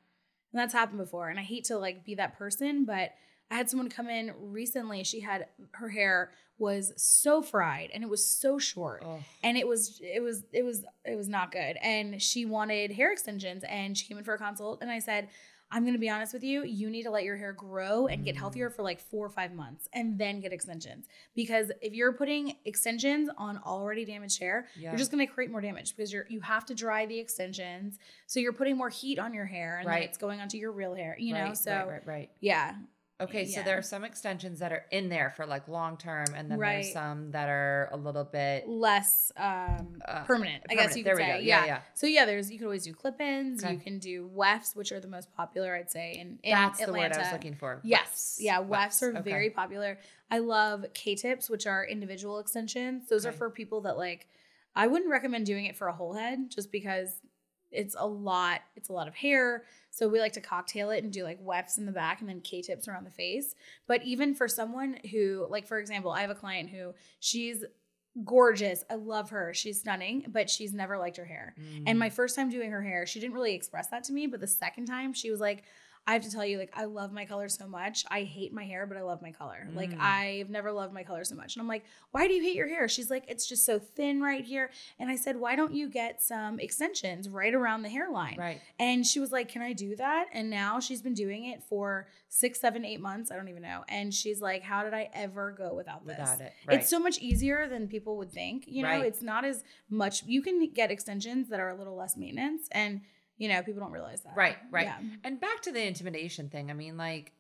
Speaker 2: And that's happened before, and I hate to like be that person, but I had someone come in recently. She had her hair was so fried and it was so short
Speaker 1: Oh,
Speaker 2: and it was it was it was it was not good and she wanted hair extensions and she came in for a consult and i said i'm going to be honest with you you need to let your hair grow and get
Speaker 1: Mm.
Speaker 2: healthier for like four or five months and then get extensions because if you're putting extensions on already damaged hair
Speaker 1: yeah.
Speaker 2: you're just going to create more damage because you're you have to dry the extensions so you're putting more heat on your hair and then
Speaker 1: Right.
Speaker 2: it's going onto your real hair you know
Speaker 1: Right,
Speaker 2: so
Speaker 1: right, right, right.
Speaker 2: yeah
Speaker 1: Okay, so
Speaker 2: yeah.
Speaker 1: there are some extensions that are in there for like long term, and then
Speaker 2: Right.
Speaker 1: there's some that are a little bit
Speaker 2: less um
Speaker 1: Uh,
Speaker 2: permanent, i guess
Speaker 1: permanent.
Speaker 2: you could
Speaker 1: There we
Speaker 2: say
Speaker 1: go. Yeah, yeah.
Speaker 2: So yeah, there's you could always do clip-ins. You
Speaker 1: Okay.
Speaker 2: can do wefts, which are the most popular, I'd say, in, in
Speaker 1: That's
Speaker 2: Atlanta.
Speaker 1: the word I was looking for.
Speaker 2: Yes,
Speaker 1: Wefts.
Speaker 2: yeah, wefts are
Speaker 1: Okay.
Speaker 2: very popular. I love K-tips, which are individual extensions. Those are
Speaker 1: Okay.
Speaker 2: for people that like. I wouldn't recommend doing it for a whole head, just because it's a lot. It's a lot of hair, so we like to cocktail it and do like wefts in the back and then K-tips around the face. But even for someone who, like for example, I have a client who she's gorgeous. I love her. She's stunning, but she's never liked her hair. And my
Speaker 1: Mm.
Speaker 2: first time doing her hair, she didn't really express that to me, but the second time she was like, I have to tell you, like, I love my color so much. I hate my hair, but I love my color. Like,
Speaker 1: Mm.
Speaker 2: I've never loved my color so much. And I'm like, why do you hate your hair? She's like, it's just so thin right here. And I said, why don't you get some extensions right around the hairline?
Speaker 1: right.
Speaker 2: And she was like, Can I do that? And now she's been doing it for six, seven, eight months. I don't even know. And she's like, How did I ever go without this?
Speaker 1: Without it. Right.
Speaker 2: It's so much easier than people would think. You know,
Speaker 1: Right.
Speaker 2: it's not as much. You can get extensions that are a little less maintenance, and you know, people don't realize that.
Speaker 1: Right, right.
Speaker 2: Yeah.
Speaker 1: and back to the intimidation thing. I mean, like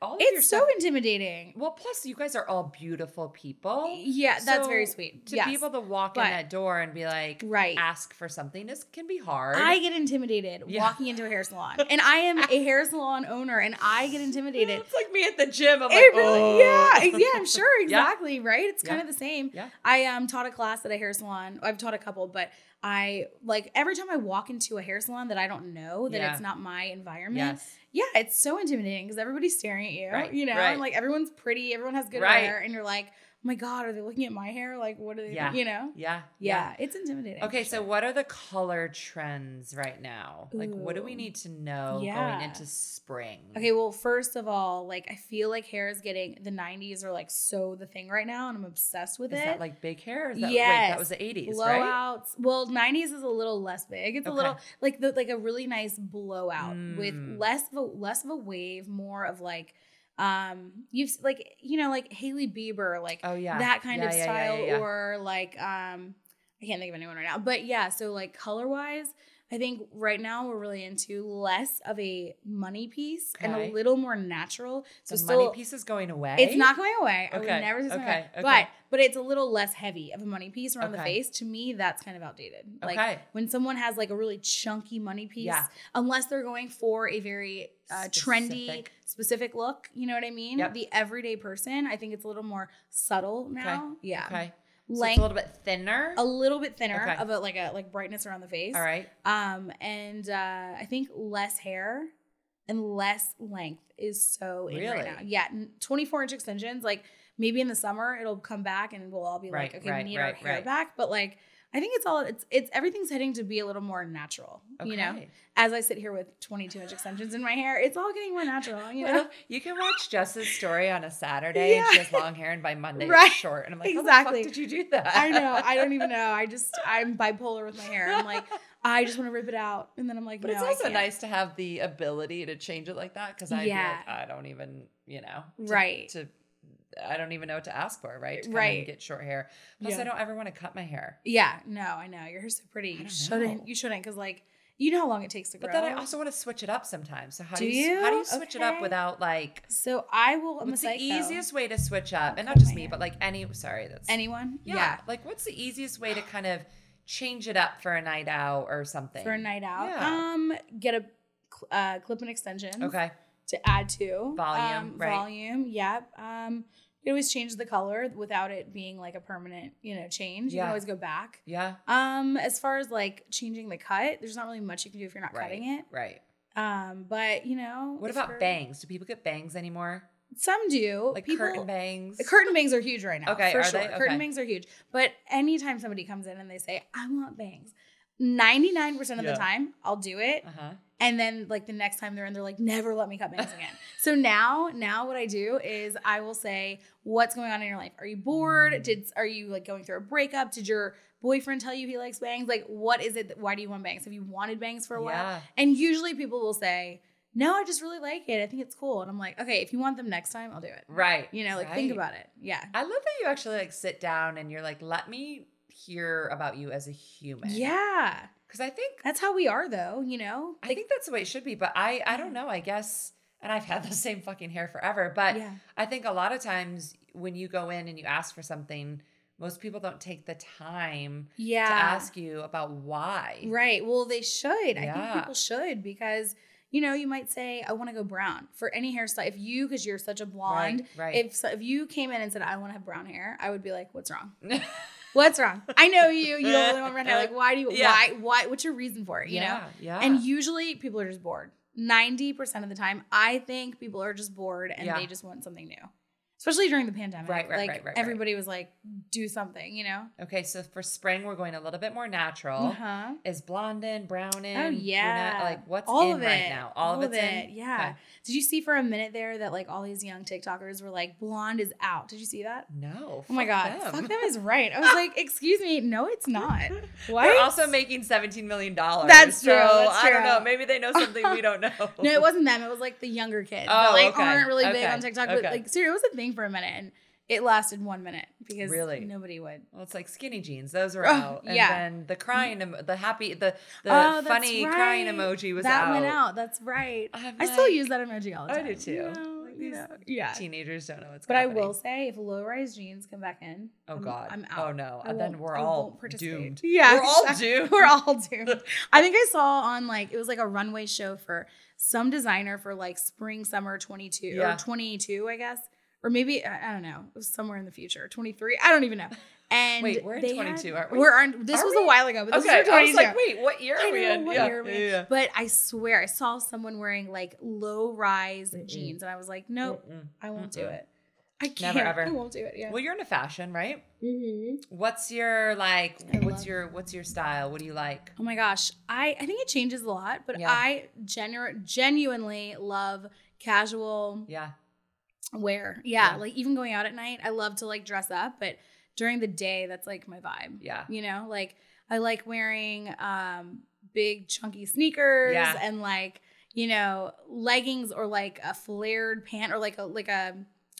Speaker 1: all of your
Speaker 2: It's so
Speaker 1: stuff.
Speaker 2: intimidating.
Speaker 1: Well, plus you guys are all beautiful people.
Speaker 2: Yeah, that's very
Speaker 1: So,
Speaker 2: sweet.
Speaker 1: To
Speaker 2: yes.
Speaker 1: be able to walk
Speaker 2: But-
Speaker 1: in that door and be like,
Speaker 2: right.
Speaker 1: ask for something is can be hard.
Speaker 2: I get intimidated
Speaker 1: Yeah.
Speaker 2: walking into a hair salon, and I am a hair salon owner, and I get intimidated.
Speaker 1: It's like me at the gym. I'm
Speaker 2: It
Speaker 1: like,
Speaker 2: really-
Speaker 1: oh.
Speaker 2: yeah, ex- yeah, I'm sure,
Speaker 1: Yeah.
Speaker 2: exactly, right? It's kind
Speaker 1: Yeah.
Speaker 2: of the same.
Speaker 1: Yeah.
Speaker 2: I um taught a class at a hair salon. I've taught a couple, but I like every time I walk into a hair salon that I don't know that
Speaker 1: Yeah.
Speaker 2: it's not my environment.
Speaker 1: Yes.
Speaker 2: Yeah, it's so intimidating because everybody's staring at you.
Speaker 1: Right,
Speaker 2: You know,
Speaker 1: right.
Speaker 2: and like everyone's pretty, everyone has good
Speaker 1: Right.
Speaker 2: hair, and you're like, oh my god, are they looking at my hair? Like, what are they?
Speaker 1: Yeah.
Speaker 2: You know?
Speaker 1: Yeah.
Speaker 2: Yeah, it's intimidating.
Speaker 1: Okay,
Speaker 2: for
Speaker 1: so
Speaker 2: sure.
Speaker 1: what are the color trends right now? Like, what do
Speaker 2: Ooh.
Speaker 1: we need to know
Speaker 2: Yeah.
Speaker 1: going into spring?
Speaker 2: Okay, well, first of all, like I feel like hair is getting the '90s are like so the thing right now, and I'm obsessed with
Speaker 1: is
Speaker 2: it.
Speaker 1: that like big hair? Or Is that, Wait,
Speaker 2: Yes.
Speaker 1: that was the 80s, right?
Speaker 2: blowouts. Well, 90s is a little less big. It's a
Speaker 1: Okay.
Speaker 2: little like the, like a really nice blowout with
Speaker 1: Mm.
Speaker 2: less of a less of a wave, more of like um you've s- like you know like Haley Bieber like
Speaker 1: Oh, yeah.
Speaker 2: that kind
Speaker 1: Yeah,
Speaker 2: of
Speaker 1: yeah, yeah,
Speaker 2: style
Speaker 1: yeah, yeah.
Speaker 2: or like um I can't think of anyone right now. But yeah, so like color-wise, I think right now we're really into less of a money piece and a
Speaker 1: Okay.
Speaker 2: little more natural. So
Speaker 1: the
Speaker 2: still
Speaker 1: money piece is going away.
Speaker 2: it's not going away. I would
Speaker 1: Okay,
Speaker 2: never say it's going
Speaker 1: okay,
Speaker 2: away.
Speaker 1: okay.
Speaker 2: But but it's a little less heavy of a money piece around the
Speaker 1: Okay.
Speaker 2: face. To me, that's kind of outdated. Like
Speaker 1: Okay.
Speaker 2: when someone has like a really chunky money piece,
Speaker 1: Yeah.
Speaker 2: unless they're going for a very uh, trendy,
Speaker 1: Specific.
Speaker 2: specific look. You know what I mean?
Speaker 1: Yep.
Speaker 2: The everyday person, I think it's a little more subtle now. Yeah.
Speaker 1: Okay. So it's
Speaker 2: um, length
Speaker 1: a little bit thinner.
Speaker 2: a little bit thinner
Speaker 1: Okay.
Speaker 2: of a like a like brightness around the face.
Speaker 1: All right.
Speaker 2: Um, and uh, I think less hair and less length is so in right
Speaker 1: Really?
Speaker 2: now. Yeah, n- 24 inch extensions. Like maybe in the summer it'll come back and we'll all be
Speaker 1: Right,
Speaker 2: like, okay,
Speaker 1: right,
Speaker 2: we need our
Speaker 1: right,
Speaker 2: hair
Speaker 1: right.
Speaker 2: back. But like, I think it's all it's it's everything's heading to be a little more natural. You know,
Speaker 1: Okay.
Speaker 2: as I sit here with 22 inch extensions in my hair, it's all getting more natural. You know,
Speaker 1: Well, you can watch Jess's story on a Saturday and she
Speaker 2: Yeah.
Speaker 1: has long hair and by Monday
Speaker 2: Right.
Speaker 1: it's short. And I'm like, exactly.
Speaker 2: Exactly.
Speaker 1: how the fuck did you do that?
Speaker 2: I know. I don't even know. I just I'm bipolar with my hair. I'm like, I just want to rip it out, and then I'm like,
Speaker 1: But
Speaker 2: no,
Speaker 1: it's
Speaker 2: I
Speaker 1: also
Speaker 2: can't.
Speaker 1: nice to have the ability to change it like that because I'd
Speaker 2: Yeah.
Speaker 1: be like, I don't even, you know, to-
Speaker 2: Right.
Speaker 1: To, I don't even know what to ask for, right? To come
Speaker 2: Right.
Speaker 1: And get short hair. Plus,
Speaker 2: Yeah.
Speaker 1: I don't ever want to cut my hair.
Speaker 2: Yeah, no, I know. Your hair's so pretty.
Speaker 1: I
Speaker 2: You
Speaker 1: don't
Speaker 2: shouldn't.
Speaker 1: know.
Speaker 2: You shouldn't, because like you know how long it takes to grow.
Speaker 1: But then I also want to switch it up sometimes. So how do,
Speaker 2: Do
Speaker 1: you, s- how do
Speaker 2: you?
Speaker 1: you switch it up
Speaker 2: Okay.
Speaker 1: without like?
Speaker 2: so I will. I'm a
Speaker 1: what's the
Speaker 2: psycho.
Speaker 1: easiest way to switch up, and
Speaker 2: Cut
Speaker 1: not just
Speaker 2: my
Speaker 1: me,
Speaker 2: hair.
Speaker 1: but like any. Sorry, that's
Speaker 2: Anyone?
Speaker 1: Yeah, Like, what's the easiest way to kind of change it up for a night out or something?
Speaker 2: For a night out,
Speaker 1: Yeah.
Speaker 2: um, get a cl- uh, clip and extension.
Speaker 1: Okay.
Speaker 2: To add to
Speaker 1: Volume,
Speaker 2: um,
Speaker 1: right.
Speaker 2: Volume. Yep. Um, you can always change the color without it being like a permanent, you know, change. You
Speaker 1: Yeah.
Speaker 2: can always go back.
Speaker 1: Yeah.
Speaker 2: Um, as far as like changing the cut, there's not really much you can do if you're not
Speaker 1: Right.
Speaker 2: cutting it.
Speaker 1: Right.
Speaker 2: Um, but you know,
Speaker 1: What
Speaker 2: if
Speaker 1: about
Speaker 2: you're-
Speaker 1: bangs? Do people get bangs anymore?
Speaker 2: Some do.
Speaker 1: Like
Speaker 2: people,
Speaker 1: curtain bangs?
Speaker 2: The curtain bangs are huge right now.
Speaker 1: Okay,
Speaker 2: for
Speaker 1: are
Speaker 2: sure.
Speaker 1: they?
Speaker 2: Curtain
Speaker 1: Okay.
Speaker 2: bangs are huge. But anytime somebody comes in and they say, I want bangs, 99% of
Speaker 1: Yeah.
Speaker 2: the time, I'll do it.
Speaker 1: Uh huh.
Speaker 2: And then like the next time they're in, they're like, never let me cut bangs again. so now, now what I do is I will say, What's going on in your life? Are you bored?
Speaker 1: Mm.
Speaker 2: Did are you like going through a breakup? Did your boyfriend tell you he likes bangs? Like, what is it? That, why do you want bangs? Have you wanted bangs for a while?
Speaker 1: Yeah.
Speaker 2: And usually people will say, No, I just really like it. I think it's cool. And I'm like, okay, if you want them next time, I'll do it.
Speaker 1: Right.
Speaker 2: You know, like think
Speaker 1: right.
Speaker 2: about it. Yeah.
Speaker 1: I love that you actually like sit down and you're like, let me hear about you as a human.
Speaker 2: Yeah.
Speaker 1: Because I think
Speaker 2: That's how we are though, you know?
Speaker 1: I think that's the way it should be. But I I don't
Speaker 2: Yeah.
Speaker 1: know. I guess. And I've had the same fucking hair forever, but
Speaker 2: yeah.
Speaker 1: I think a lot of times when you go in and you ask for something, most people don't take the time
Speaker 2: Yeah.
Speaker 1: to ask you about why.
Speaker 2: Right. Well, they should. I think
Speaker 1: Yeah.
Speaker 2: people should because you know, you might say, I want to go brown for any hairstyle. If you, because you're such a blonde,
Speaker 1: Right.
Speaker 2: if so, if you came in and said, I want to have brown hair, I would be like, What's wrong?
Speaker 1: right.
Speaker 2: What's wrong? I know you. You only want brown hair. Like, why do you,
Speaker 1: Yeah.
Speaker 2: why, why, what's your reason for it? You know?
Speaker 1: yeah. Yeah.
Speaker 2: And usually people are just bored. 90% of the time, I think people are just bored and
Speaker 1: Yeah.
Speaker 2: they just want something new. Especially during the pandemic.
Speaker 1: Right, right,
Speaker 2: like
Speaker 1: right, right, right.
Speaker 2: everybody was like, do something, you know?
Speaker 1: okay, so for spring we're going a little bit more natural.
Speaker 2: Uh-huh.
Speaker 1: Is blonde in, brown in?
Speaker 2: Oh
Speaker 1: brunette-
Speaker 2: yeah.
Speaker 1: like what's
Speaker 2: all
Speaker 1: in
Speaker 2: of it
Speaker 1: right now? All, of it's in.
Speaker 2: Yeah.
Speaker 1: Okay.
Speaker 2: Did you see for a minute there that like all these young TikTokers were like, blonde is out? Did you see that?
Speaker 1: No.
Speaker 2: Oh my god.
Speaker 1: Them.
Speaker 2: Fuck them is right. I was like, excuse me, no, it's not. What?
Speaker 1: They're also making seventeen million dollars.
Speaker 2: That's
Speaker 1: so
Speaker 2: true, that's
Speaker 1: I don't know.
Speaker 2: true.
Speaker 1: Maybe they know something we don't know.
Speaker 2: No, it wasn't them. It was like the younger kids that
Speaker 1: Oh,
Speaker 2: like
Speaker 1: okay.
Speaker 2: aren't really big
Speaker 1: Okay.
Speaker 2: on TikTok. But
Speaker 1: Okay.
Speaker 2: like, seriously, it was a thing for a minute, and it lasted one minute because
Speaker 1: Really?
Speaker 2: nobody would.
Speaker 1: Well, it's like skinny jeans; those were
Speaker 2: Oh,
Speaker 1: out, and
Speaker 2: yeah.
Speaker 1: then the crying, emo- the happy, the the
Speaker 2: Oh, that's
Speaker 1: funny crying
Speaker 2: right.
Speaker 1: emoji was
Speaker 2: that
Speaker 1: out.
Speaker 2: went out. That's right.
Speaker 1: I'm
Speaker 2: I still
Speaker 1: like,
Speaker 2: use that emoji all the
Speaker 1: I
Speaker 2: time.
Speaker 1: do too.
Speaker 2: You know,
Speaker 1: Like,
Speaker 2: you
Speaker 1: these
Speaker 2: know. Yeah.
Speaker 1: Teenagers don't know what's
Speaker 2: But I
Speaker 1: happening.
Speaker 2: will say, if low-rise jeans come back in,
Speaker 1: Oh
Speaker 2: I'm-
Speaker 1: God!
Speaker 2: I'm out.
Speaker 1: Oh no!
Speaker 2: I
Speaker 1: and then
Speaker 2: won't-
Speaker 1: we're
Speaker 2: I
Speaker 1: all
Speaker 2: won't participate.
Speaker 1: doomed.
Speaker 2: Yeah,
Speaker 1: we're all
Speaker 2: exactly.
Speaker 1: doomed.
Speaker 2: We're all doomed. I think I saw on like it was like a runway show for some designer for like spring summer 22
Speaker 1: Yeah.
Speaker 2: or 22, I guess. Or maybe I I don't know. It was somewhere in the future, 23. I don't even know. And
Speaker 1: Wait, we're in
Speaker 2: they
Speaker 1: 22,
Speaker 2: had-
Speaker 1: aren't we?
Speaker 2: We're on this
Speaker 1: Are
Speaker 2: was
Speaker 1: we?
Speaker 2: a while ago, but this
Speaker 1: okay,
Speaker 2: was for
Speaker 1: I
Speaker 2: 22.
Speaker 1: was like, wait, what year
Speaker 2: I
Speaker 1: are we
Speaker 2: know,
Speaker 1: in?
Speaker 2: what
Speaker 1: yeah,
Speaker 2: year are we in?
Speaker 1: yeah, yeah.
Speaker 2: But I swear I saw someone wearing like low rise
Speaker 1: Mm-mm.
Speaker 2: jeans and I was like, nope,
Speaker 1: Mm-mm.
Speaker 2: I won't do
Speaker 1: Mm-mm.
Speaker 2: it. I can't.
Speaker 1: Never, ever.
Speaker 2: I won't do it. Yeah.
Speaker 1: Well, you're into fashion, right?
Speaker 2: mm-hmm.
Speaker 1: What's your like?
Speaker 2: I
Speaker 1: What's
Speaker 2: love-
Speaker 1: your what's your style? What do you like?
Speaker 2: Oh my gosh, I I think it changes a lot, but
Speaker 1: Yeah.
Speaker 2: I genu- genuinely love casual
Speaker 1: Yeah,
Speaker 2: wear. Yeah,
Speaker 1: Yeah.
Speaker 2: like even going out at night, I love to like dress up, but during the day, that's like my vibe.
Speaker 1: yeah,
Speaker 2: You know, like I like wearing um big chunky sneakers
Speaker 1: Yeah.
Speaker 2: and like you know leggings or like a flared pant or like a like a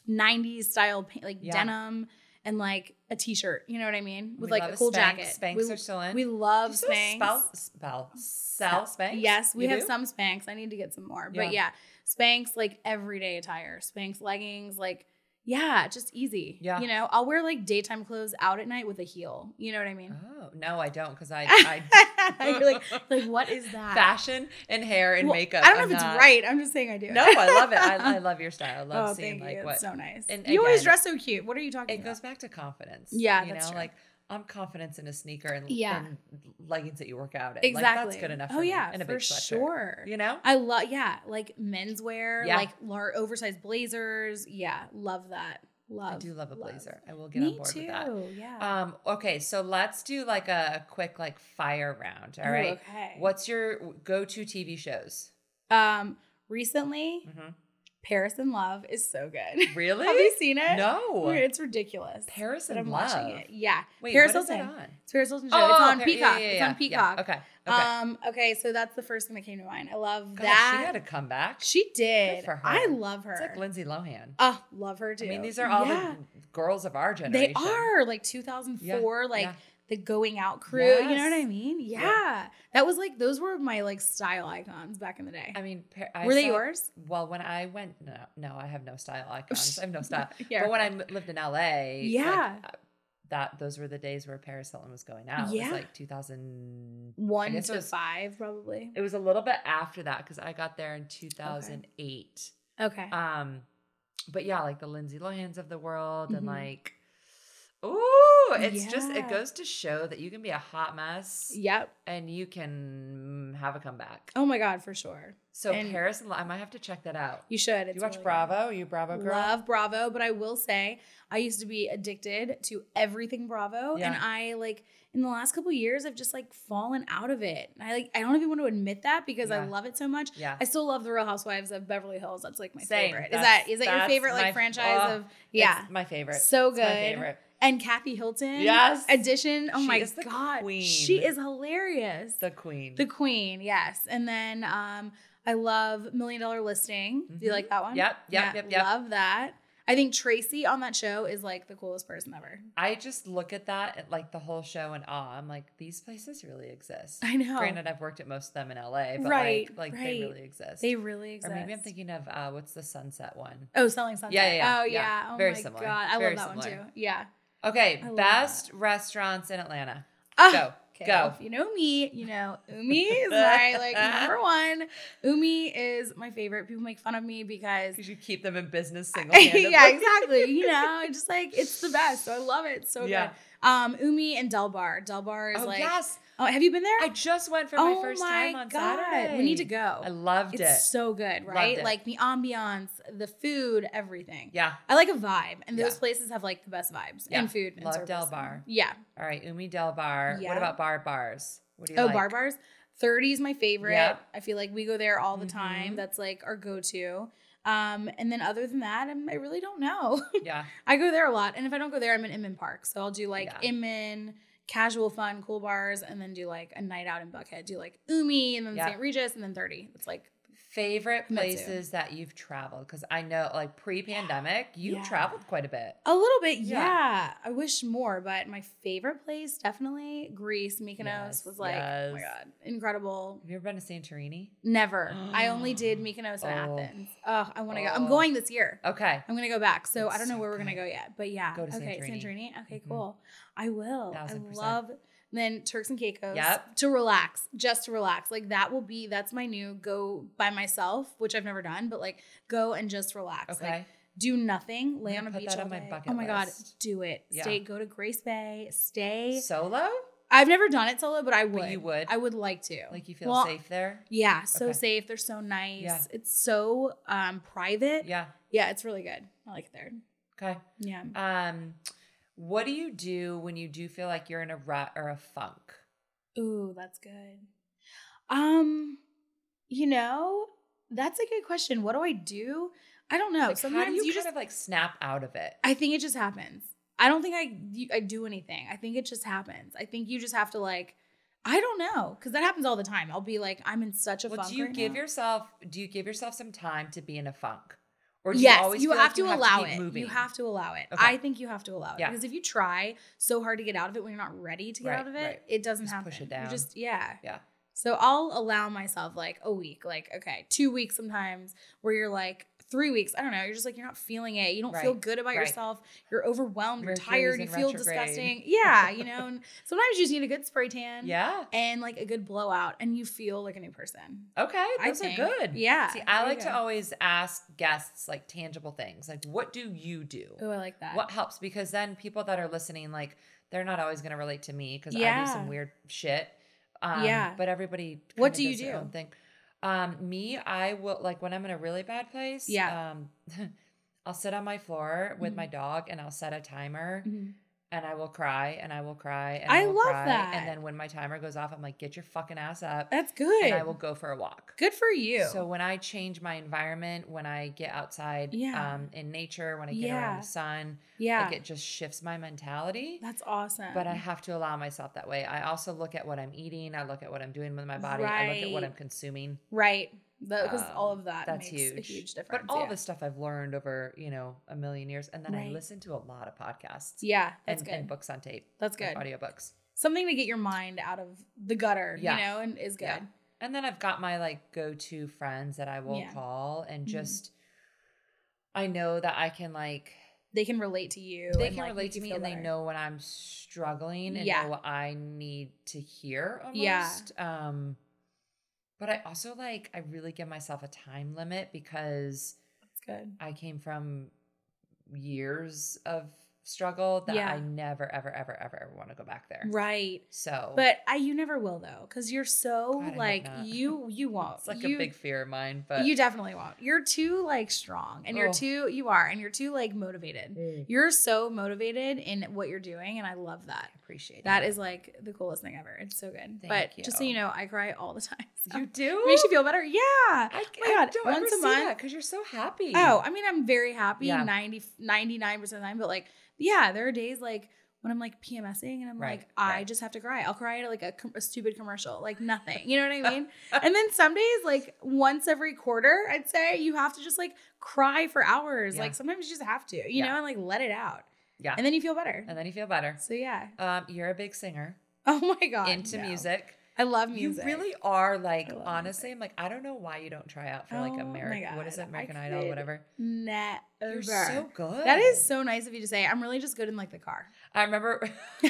Speaker 2: '90s style pa- like
Speaker 1: Yeah. Oh
Speaker 2: denim and like a t-shirt. You know what I mean? With
Speaker 1: We
Speaker 2: like
Speaker 1: love
Speaker 2: a cool
Speaker 1: Spanx.
Speaker 2: jacket.
Speaker 1: Spanx
Speaker 2: we,
Speaker 1: are still in.
Speaker 2: we
Speaker 1: Do
Speaker 2: love
Speaker 1: you still
Speaker 2: Spanx.
Speaker 1: Spell, spell, sell Spanx.
Speaker 2: Yes, we
Speaker 1: You
Speaker 2: have
Speaker 1: do?
Speaker 2: some Spanx. I need to get some more. But
Speaker 1: Yeah.
Speaker 2: yeah, Spanx like everyday attire, Spanx leggings, like Yeah, just easy.
Speaker 1: Yeah.
Speaker 2: You know, I'll wear like daytime clothes out at night with a heel. You know what I mean?
Speaker 1: Oh no, I don't because I, I
Speaker 2: You're like, like what is that?
Speaker 1: fashion and hair and
Speaker 2: Well,
Speaker 1: makeup.
Speaker 2: I don't know
Speaker 1: I'm
Speaker 2: if it's
Speaker 1: not-
Speaker 2: right. I'm just saying I do. it.
Speaker 1: No, I love it. I, I love your style. I love
Speaker 2: oh,
Speaker 1: seeing
Speaker 2: thank
Speaker 1: like
Speaker 2: you.
Speaker 1: what
Speaker 2: It's so nice.
Speaker 1: and
Speaker 2: you always
Speaker 1: again,
Speaker 2: dress so cute. What are you talking
Speaker 1: it
Speaker 2: about?
Speaker 1: goes back to confidence.
Speaker 2: Yeah,
Speaker 1: you
Speaker 2: that's
Speaker 1: know,
Speaker 2: true.
Speaker 1: like I'm confidence in a sneaker and,
Speaker 2: Yeah.
Speaker 1: and leggings that you work out in.
Speaker 2: Exactly.
Speaker 1: Like that's good enough.
Speaker 2: Oh
Speaker 1: for me.
Speaker 2: yeah,
Speaker 1: and a
Speaker 2: for
Speaker 1: big sweatshirt.
Speaker 2: sure.
Speaker 1: You know,
Speaker 2: I love yeah, like menswear,
Speaker 1: Yeah.
Speaker 2: like lar- oversized blazers. Yeah, love that. Love.
Speaker 1: I do love a
Speaker 2: love.
Speaker 1: blazer. I will get
Speaker 2: Me
Speaker 1: on board
Speaker 2: too.
Speaker 1: with that.
Speaker 2: Yeah.
Speaker 1: Um, okay, so let's do like a quick like fire round. All
Speaker 2: Ooh,
Speaker 1: right.
Speaker 2: Okay.
Speaker 1: What's your go-to TV shows?
Speaker 2: Um. Recently,
Speaker 1: Mhm.
Speaker 2: Paris in Love is so good.
Speaker 1: Really?
Speaker 2: Have you seen it?
Speaker 1: No.
Speaker 2: It's ridiculous.
Speaker 1: Paris
Speaker 2: But
Speaker 1: in
Speaker 2: I'm
Speaker 1: Love.
Speaker 2: watching it. Yeah.
Speaker 1: Wait,
Speaker 2: Paris
Speaker 1: what is it
Speaker 2: Hilton.
Speaker 1: on?
Speaker 2: It's Paris Hilton show. it's on
Speaker 1: Par- yeah,
Speaker 2: Peacock.
Speaker 1: yeah,
Speaker 2: It's
Speaker 1: yeah,
Speaker 2: on
Speaker 1: yeah.
Speaker 2: Peacock.
Speaker 1: Okay. Okay.
Speaker 2: Um. Okay. So that's the first thing that came to mind. I love
Speaker 1: Gosh, she
Speaker 2: that.
Speaker 1: had a comeback.
Speaker 2: She, did.
Speaker 1: for her.
Speaker 2: I love her.
Speaker 1: It's like Lindsay Lohan.
Speaker 2: oh, love her too.
Speaker 1: I mean, these are all
Speaker 2: Yeah.
Speaker 1: the girls of our
Speaker 2: They
Speaker 1: generation.
Speaker 2: are like 2004, like
Speaker 1: yeah.
Speaker 2: the going out crew. You know what I
Speaker 1: Yes.
Speaker 2: mean? Yeah.
Speaker 1: Yeah.
Speaker 2: That was like, those were my like style icons back in the day.
Speaker 1: I mean, Par- I
Speaker 2: were they
Speaker 1: saw-
Speaker 2: yours?
Speaker 1: Well, when I went, no, no, I have no style icons. I have no style.
Speaker 2: Yeah.
Speaker 1: But when I m- lived in LA,
Speaker 2: Yeah.
Speaker 1: like, uh, that those were the days where Paris Hilton was going out. It
Speaker 2: Yeah.
Speaker 1: was like 2000. I
Speaker 2: One
Speaker 1: guess it
Speaker 2: to
Speaker 1: was-
Speaker 2: five, probably.
Speaker 1: It was a little bit after that because I got there in 2008.
Speaker 2: Okay.
Speaker 1: Um, but yeah, like the Lindsay Lohans of the world, and
Speaker 2: Mhm.
Speaker 1: like, ooh, it's just
Speaker 2: Yeah.
Speaker 1: it goes to show that you can be a hot mess
Speaker 2: yep.
Speaker 1: and you can have a comeback.
Speaker 2: Oh my God, for sure.
Speaker 1: so
Speaker 2: and-
Speaker 1: Paris and Lo- I might have to check that out.
Speaker 2: You should.
Speaker 1: Do
Speaker 2: It's
Speaker 1: you watch
Speaker 2: really good.
Speaker 1: Bravo? Are you a Bravo girl?
Speaker 2: Love Bravo, but I will say I used to be addicted to everything Bravo, and
Speaker 1: Yeah.
Speaker 2: I like in the last couple years I've just like fallen out of it. And I like I don't even want to admit that because I
Speaker 1: Yeah.
Speaker 2: love it so much.
Speaker 1: Yeah.
Speaker 2: I still love The Real Housewives of Beverly Hills. That's like my
Speaker 1: Same.
Speaker 2: favorite. Is
Speaker 1: That's-
Speaker 2: that is that your
Speaker 1: that's
Speaker 2: favorite
Speaker 1: my
Speaker 2: like
Speaker 1: f-
Speaker 2: franchise
Speaker 1: oh,
Speaker 2: of yeah?
Speaker 1: It's my favorite.
Speaker 2: So
Speaker 1: It's my
Speaker 2: good.
Speaker 1: favorite.
Speaker 2: And Kathy Hilton.
Speaker 1: Yes.
Speaker 2: Edition. Oh
Speaker 1: She
Speaker 2: my
Speaker 1: is the
Speaker 2: god.
Speaker 1: queen.
Speaker 2: She is hilarious.
Speaker 1: The Queen.
Speaker 2: The queen, yes. And then um I love Million Dollar Listing. Do you
Speaker 1: Mhm.
Speaker 2: like that one?
Speaker 1: Yep, yep, yep, yep.
Speaker 2: Love that. I think Tracy on that show is like the coolest person ever.
Speaker 1: I just look at that at like the whole show in awe. I'm like, these places really exist.
Speaker 2: I know.
Speaker 1: Granted, I've worked at most of them in LA, but
Speaker 2: Right,
Speaker 1: like, like
Speaker 2: right.
Speaker 1: they really exist.
Speaker 2: They really exist.
Speaker 1: Or maybe I'm thinking of uh, what's the sunset one?
Speaker 2: Oh, Selling Sunset.
Speaker 1: Yeah, yeah, yeah,
Speaker 2: Oh yeah.
Speaker 1: yeah.
Speaker 2: Oh
Speaker 1: Very
Speaker 2: my
Speaker 1: similar,
Speaker 2: god. I
Speaker 1: very
Speaker 2: love that
Speaker 1: similar.
Speaker 2: one too. Yeah.
Speaker 1: Okay,
Speaker 2: I love
Speaker 1: best restaurants in Atlanta.
Speaker 2: Ah,
Speaker 1: Go,
Speaker 2: okay.
Speaker 1: go.
Speaker 2: If you know me, you know Umi is my like number one. Umi is my favorite. People make fun of me because
Speaker 1: Because you keep them in business single handedly.
Speaker 2: yeah, exactly. You know, it's just like it's the best. So I love it. It's so
Speaker 1: Yeah.
Speaker 2: good. Um, Umi and Del Bar. Del Bar is
Speaker 1: Oh
Speaker 2: like
Speaker 1: yes,
Speaker 2: Oh, have you been there? Oh
Speaker 1: I just went for my first time on Saturday.
Speaker 2: We need to go.
Speaker 1: I loved
Speaker 2: it's
Speaker 1: it.
Speaker 2: so good,
Speaker 1: Loved
Speaker 2: right?
Speaker 1: it.
Speaker 2: Like the ambiance, the food, everything.
Speaker 1: yeah.
Speaker 2: I like a vibe, and those
Speaker 1: Yeah.
Speaker 2: places have like the best vibes
Speaker 1: Yeah.
Speaker 2: and food. and
Speaker 1: Love
Speaker 2: service
Speaker 1: Del
Speaker 2: and-
Speaker 1: Bar.
Speaker 2: Yeah.
Speaker 1: All right, Umi Del Bar.
Speaker 2: Yeah.
Speaker 1: What about bar bars? What do you
Speaker 2: Oh,
Speaker 1: like?
Speaker 2: Bar Bars. 30 is my favorite.
Speaker 1: Yeah.
Speaker 2: I feel like we go there all the time.
Speaker 1: Mhm.
Speaker 2: That's like our go to. Um, and then other than that, I'm, I really don't know.
Speaker 1: Yeah,
Speaker 2: I go there a lot, and if I don't go there, I'm in Inman Park. So I'll do like
Speaker 1: Yeah.
Speaker 2: Inman, casual fun, cool bars, and then do like a night out in Buckhead. Do like Umi, and then
Speaker 1: Yeah.
Speaker 2: St. Regis, and then Thirty. It's like
Speaker 1: favorite
Speaker 2: Me too.
Speaker 1: places that you've traveled because I know like pre-pandemic you
Speaker 2: Yeah.
Speaker 1: traveled quite a bit.
Speaker 2: a little bit, yeah.
Speaker 1: Yeah.
Speaker 2: I wish more, but my favorite place definitely Greece, Mykonos
Speaker 1: Yes,
Speaker 2: was like oh my
Speaker 1: yes.
Speaker 2: god, incredible.
Speaker 1: Have you ever been to Santorini?
Speaker 2: Never. I only did Mykonos and
Speaker 1: Oh.
Speaker 2: Athens. Oh, I want to go. I'm
Speaker 1: Oh.
Speaker 2: going this year.
Speaker 1: Okay,
Speaker 2: I'm gonna go back. So I
Speaker 1: It's
Speaker 2: don't know
Speaker 1: so
Speaker 2: where we're gonna
Speaker 1: good.
Speaker 2: go yet, but yeah.
Speaker 1: Go to
Speaker 2: okay,
Speaker 1: Santorini.
Speaker 2: Santorini. Okay,
Speaker 1: Mhm.
Speaker 2: cool. I will. I
Speaker 1: Thousand percent.
Speaker 2: love then Turks and Caicos.
Speaker 1: Yep.
Speaker 2: To relax, just to relax. Like that will be that's my new go by myself, which I've never done, but like go and just relax.
Speaker 1: okay.
Speaker 2: Like do nothing. Lay
Speaker 1: I'm
Speaker 2: on
Speaker 1: gonna
Speaker 2: a
Speaker 1: put
Speaker 2: beach.
Speaker 1: that
Speaker 2: all
Speaker 1: on my
Speaker 2: day.
Speaker 1: bucket
Speaker 2: Oh my god,
Speaker 1: list.
Speaker 2: do it.
Speaker 1: Yeah.
Speaker 2: Stay. Go to Grace Bay. Stay.
Speaker 1: Solo?
Speaker 2: I've never done it solo, but I would.
Speaker 1: But you would?
Speaker 2: I would like to.
Speaker 1: Like you feel
Speaker 2: Well,
Speaker 1: safe there?
Speaker 2: Yeah, so
Speaker 1: Okay.
Speaker 2: safe. They're so nice.
Speaker 1: Yeah.
Speaker 2: It's so um private.
Speaker 1: Yeah.
Speaker 2: Yeah, it's really good. I like it there.
Speaker 1: Okay.
Speaker 2: Yeah.
Speaker 1: Um, what do you do when you do feel like you're in a rut or a funk?
Speaker 2: Oh, Ooh, that's good. Um, you know, that's a good question. What do I do? I don't know.
Speaker 1: Like, how
Speaker 2: Sometimes
Speaker 1: do
Speaker 2: you,
Speaker 1: you, kind
Speaker 2: just
Speaker 1: of like snap out of it?
Speaker 2: I think it just happens. I don't think I you- I do anything. I think it just happens. I think you just have to like I don't know cuz that happens all the time. I'll be like I'm in such a
Speaker 1: Well,
Speaker 2: funk
Speaker 1: do you
Speaker 2: right
Speaker 1: give
Speaker 2: now.
Speaker 1: yourself do you give yourself some time to be in a funk? Or do
Speaker 2: yes,
Speaker 1: you always
Speaker 2: you
Speaker 1: feel
Speaker 2: have
Speaker 1: like
Speaker 2: to allow
Speaker 1: keep
Speaker 2: it.
Speaker 1: Moving?
Speaker 2: You have to allow it.
Speaker 1: Okay.
Speaker 2: I think you have to allow it
Speaker 1: Yeah.
Speaker 2: because if you try so hard to get out of it when you're not ready to get
Speaker 1: Right,
Speaker 2: out of it,
Speaker 1: right.
Speaker 2: it doesn't
Speaker 1: Just
Speaker 2: happen.
Speaker 1: push it
Speaker 2: You
Speaker 1: down.
Speaker 2: just yeah.
Speaker 1: Yeah.
Speaker 2: So I'll allow myself like a week, like okay, two weeks sometimes where you're like three weeks. I don't know. You're just like, you're not feeling it. You don't feel
Speaker 1: Right,
Speaker 2: good about
Speaker 1: right.
Speaker 2: yourself. You're overwhelmed. You're
Speaker 1: Mercury's
Speaker 2: tired. You
Speaker 1: in
Speaker 2: feel
Speaker 1: retrograde.
Speaker 2: disgusting. Yeah. You know, and sometimes you just need a good spray tan.
Speaker 1: Yeah.
Speaker 2: And like a good blowout, and you feel like a new person.
Speaker 1: Okay.
Speaker 2: I
Speaker 1: Those are
Speaker 2: think.
Speaker 1: good.
Speaker 2: Yeah.
Speaker 1: See, I
Speaker 2: there you
Speaker 1: like to
Speaker 2: go.
Speaker 1: always ask guests like tangible things. Like, what do you do?
Speaker 2: Oh, I like that.
Speaker 1: What helps? Because then people that are listening, like, they're not always going to relate to me because I do some
Speaker 2: Yeah.
Speaker 1: weird shit. Um,
Speaker 2: Yeah.
Speaker 1: But everybody.
Speaker 2: What
Speaker 1: kinda
Speaker 2: do you
Speaker 1: does their
Speaker 2: do?
Speaker 1: own Thing. Um, me, I will like when I'm in a really bad place.
Speaker 2: Yeah.
Speaker 1: Um, I'll sit on my floor with
Speaker 2: Mhm.
Speaker 1: my dog and I'll set a timer
Speaker 2: Mhm.
Speaker 1: and I will cry and I will cry and
Speaker 2: I
Speaker 1: will
Speaker 2: love
Speaker 1: cry.
Speaker 2: that.
Speaker 1: And then when my timer goes off, I'm like, get your fucking ass up
Speaker 2: That's good.
Speaker 1: and I will go for a walk.
Speaker 2: Good for you.
Speaker 1: So when I change my environment, when I get outside
Speaker 2: Yeah.
Speaker 1: um, in nature, when I get around
Speaker 2: Yeah.
Speaker 1: the sun,
Speaker 2: yeah. Uh-huh.
Speaker 1: like it just shifts my mentality.
Speaker 2: That's awesome.
Speaker 1: But I have to allow myself that way. I also look at what I'm eating. I look at what I'm doing with my body. I look at what
Speaker 2: Right.
Speaker 1: I'm consuming.
Speaker 2: right because all
Speaker 1: Um,
Speaker 2: of that
Speaker 1: That's
Speaker 2: makes
Speaker 1: huge.
Speaker 2: a huge difference.
Speaker 1: But all
Speaker 2: yeah.
Speaker 1: the stuff I've learned over, you know, a million years. And then I
Speaker 2: Right.
Speaker 1: listen to a lot of podcasts
Speaker 2: yeah, that's
Speaker 1: and,
Speaker 2: good.
Speaker 1: and books on tape.
Speaker 2: that's
Speaker 1: like
Speaker 2: good.
Speaker 1: audiobooks.
Speaker 2: Something to get your mind out of the gutter,
Speaker 1: Yeah.
Speaker 2: you know, and is good.
Speaker 1: Yeah. And then I've got my like go to friends that I will
Speaker 2: Yeah.
Speaker 1: call and
Speaker 2: Mhm.
Speaker 1: just I know that I can like
Speaker 2: They can relate to you.
Speaker 1: they
Speaker 2: and,
Speaker 1: can
Speaker 2: like,
Speaker 1: relate
Speaker 2: make
Speaker 1: to
Speaker 2: you
Speaker 1: me
Speaker 2: feel
Speaker 1: and they
Speaker 2: better.
Speaker 1: know when I'm struggling and
Speaker 2: Yeah.
Speaker 1: know what I need to hear
Speaker 2: Yeah.
Speaker 1: almost. Um but I also like I really give myself a time limit because
Speaker 2: That's good.
Speaker 1: I came from years of struggle that
Speaker 2: Yeah.
Speaker 1: I never ever ever ever ever want to go back there.
Speaker 2: Right.
Speaker 1: So
Speaker 2: But I, you never will though, because you're so
Speaker 1: God, I hope
Speaker 2: like
Speaker 1: not.
Speaker 2: you. You won't.
Speaker 1: it's like
Speaker 2: you,
Speaker 1: a big fear of mine, but
Speaker 2: you definitely won't. You're too like strong, and you're
Speaker 1: Ugh.
Speaker 2: too. You are, and you're too like motivated.
Speaker 1: Mm,
Speaker 2: You're so motivated in what you're doing, and I love that.
Speaker 1: I appreciate
Speaker 2: That is like the coolest thing ever. It's so good. but
Speaker 1: Thank
Speaker 2: just so
Speaker 1: you. Oh.
Speaker 2: you know, I cry all the time. so-
Speaker 1: you do
Speaker 2: Oh, Makes you feel better. Yeah.
Speaker 1: I,
Speaker 2: my God, once a month-
Speaker 1: because you're so happy.
Speaker 2: Oh, I mean, I'm very happy
Speaker 1: Yeah.
Speaker 2: 90, 99% of the time, but like, yeah, there are days like when I'm like PMSing and I'm
Speaker 1: Right,
Speaker 2: like, I
Speaker 1: right.
Speaker 2: just have to cry. I'll cry at like a, com- a stupid commercial, like nothing. You know what I mean? and then some days, like once every quarter, I'd say you have to just like cry for hours.
Speaker 1: Yeah.
Speaker 2: Like sometimes you just have to, you
Speaker 1: Yeah.
Speaker 2: know, and like let it out.
Speaker 1: yeah,
Speaker 2: And then you feel better.
Speaker 1: and then you feel better.
Speaker 2: So yeah.
Speaker 1: Um, you're a big singer
Speaker 2: Oh my God.
Speaker 1: into
Speaker 2: no.
Speaker 1: music.
Speaker 2: I love music.
Speaker 1: You really are like
Speaker 2: I love
Speaker 1: honestly. I'm like I don't know why you don't try out for like
Speaker 2: Oh my
Speaker 1: American. What is
Speaker 2: God,
Speaker 1: it?
Speaker 2: I
Speaker 1: American Idol,
Speaker 2: could
Speaker 1: whatever.
Speaker 2: Never.
Speaker 1: You're so good.
Speaker 2: That is so nice of you to say. I'm really just good in like the car.
Speaker 1: I remember.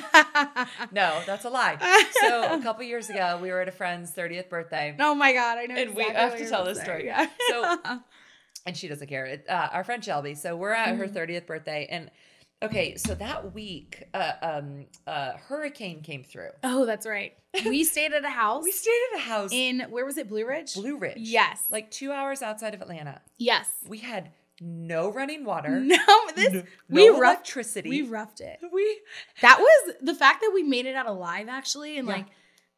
Speaker 1: no, that's a lie. So a couple years ago, we were at a friend's 30th birthday.
Speaker 2: oh my god, I know.
Speaker 1: And we
Speaker 2: exactly
Speaker 1: have
Speaker 2: what
Speaker 1: to
Speaker 2: you're
Speaker 1: tell
Speaker 2: gonna
Speaker 1: this
Speaker 2: say.
Speaker 1: story.
Speaker 2: Yeah.
Speaker 1: So- and she doesn't care. It- Uh, our friend Shelby. So we're at her
Speaker 2: Mhm.
Speaker 1: 30th birthday, and okay, so that week, uh, um, uh, hurricane came through.
Speaker 2: oh, that's right. We stayed at a house
Speaker 1: We stayed at a house
Speaker 2: in where was it? Blue Ridge.
Speaker 1: Blue Ridge.
Speaker 2: Yes.
Speaker 1: Like two hours outside of Atlanta.
Speaker 2: yes.
Speaker 1: We had no running water.
Speaker 2: No, this
Speaker 1: n-
Speaker 2: we
Speaker 1: no
Speaker 2: rough-
Speaker 1: electricity.
Speaker 2: we roughed it.
Speaker 1: we
Speaker 2: That was the fact that we made it out alive actually, and
Speaker 1: Yeah.
Speaker 2: like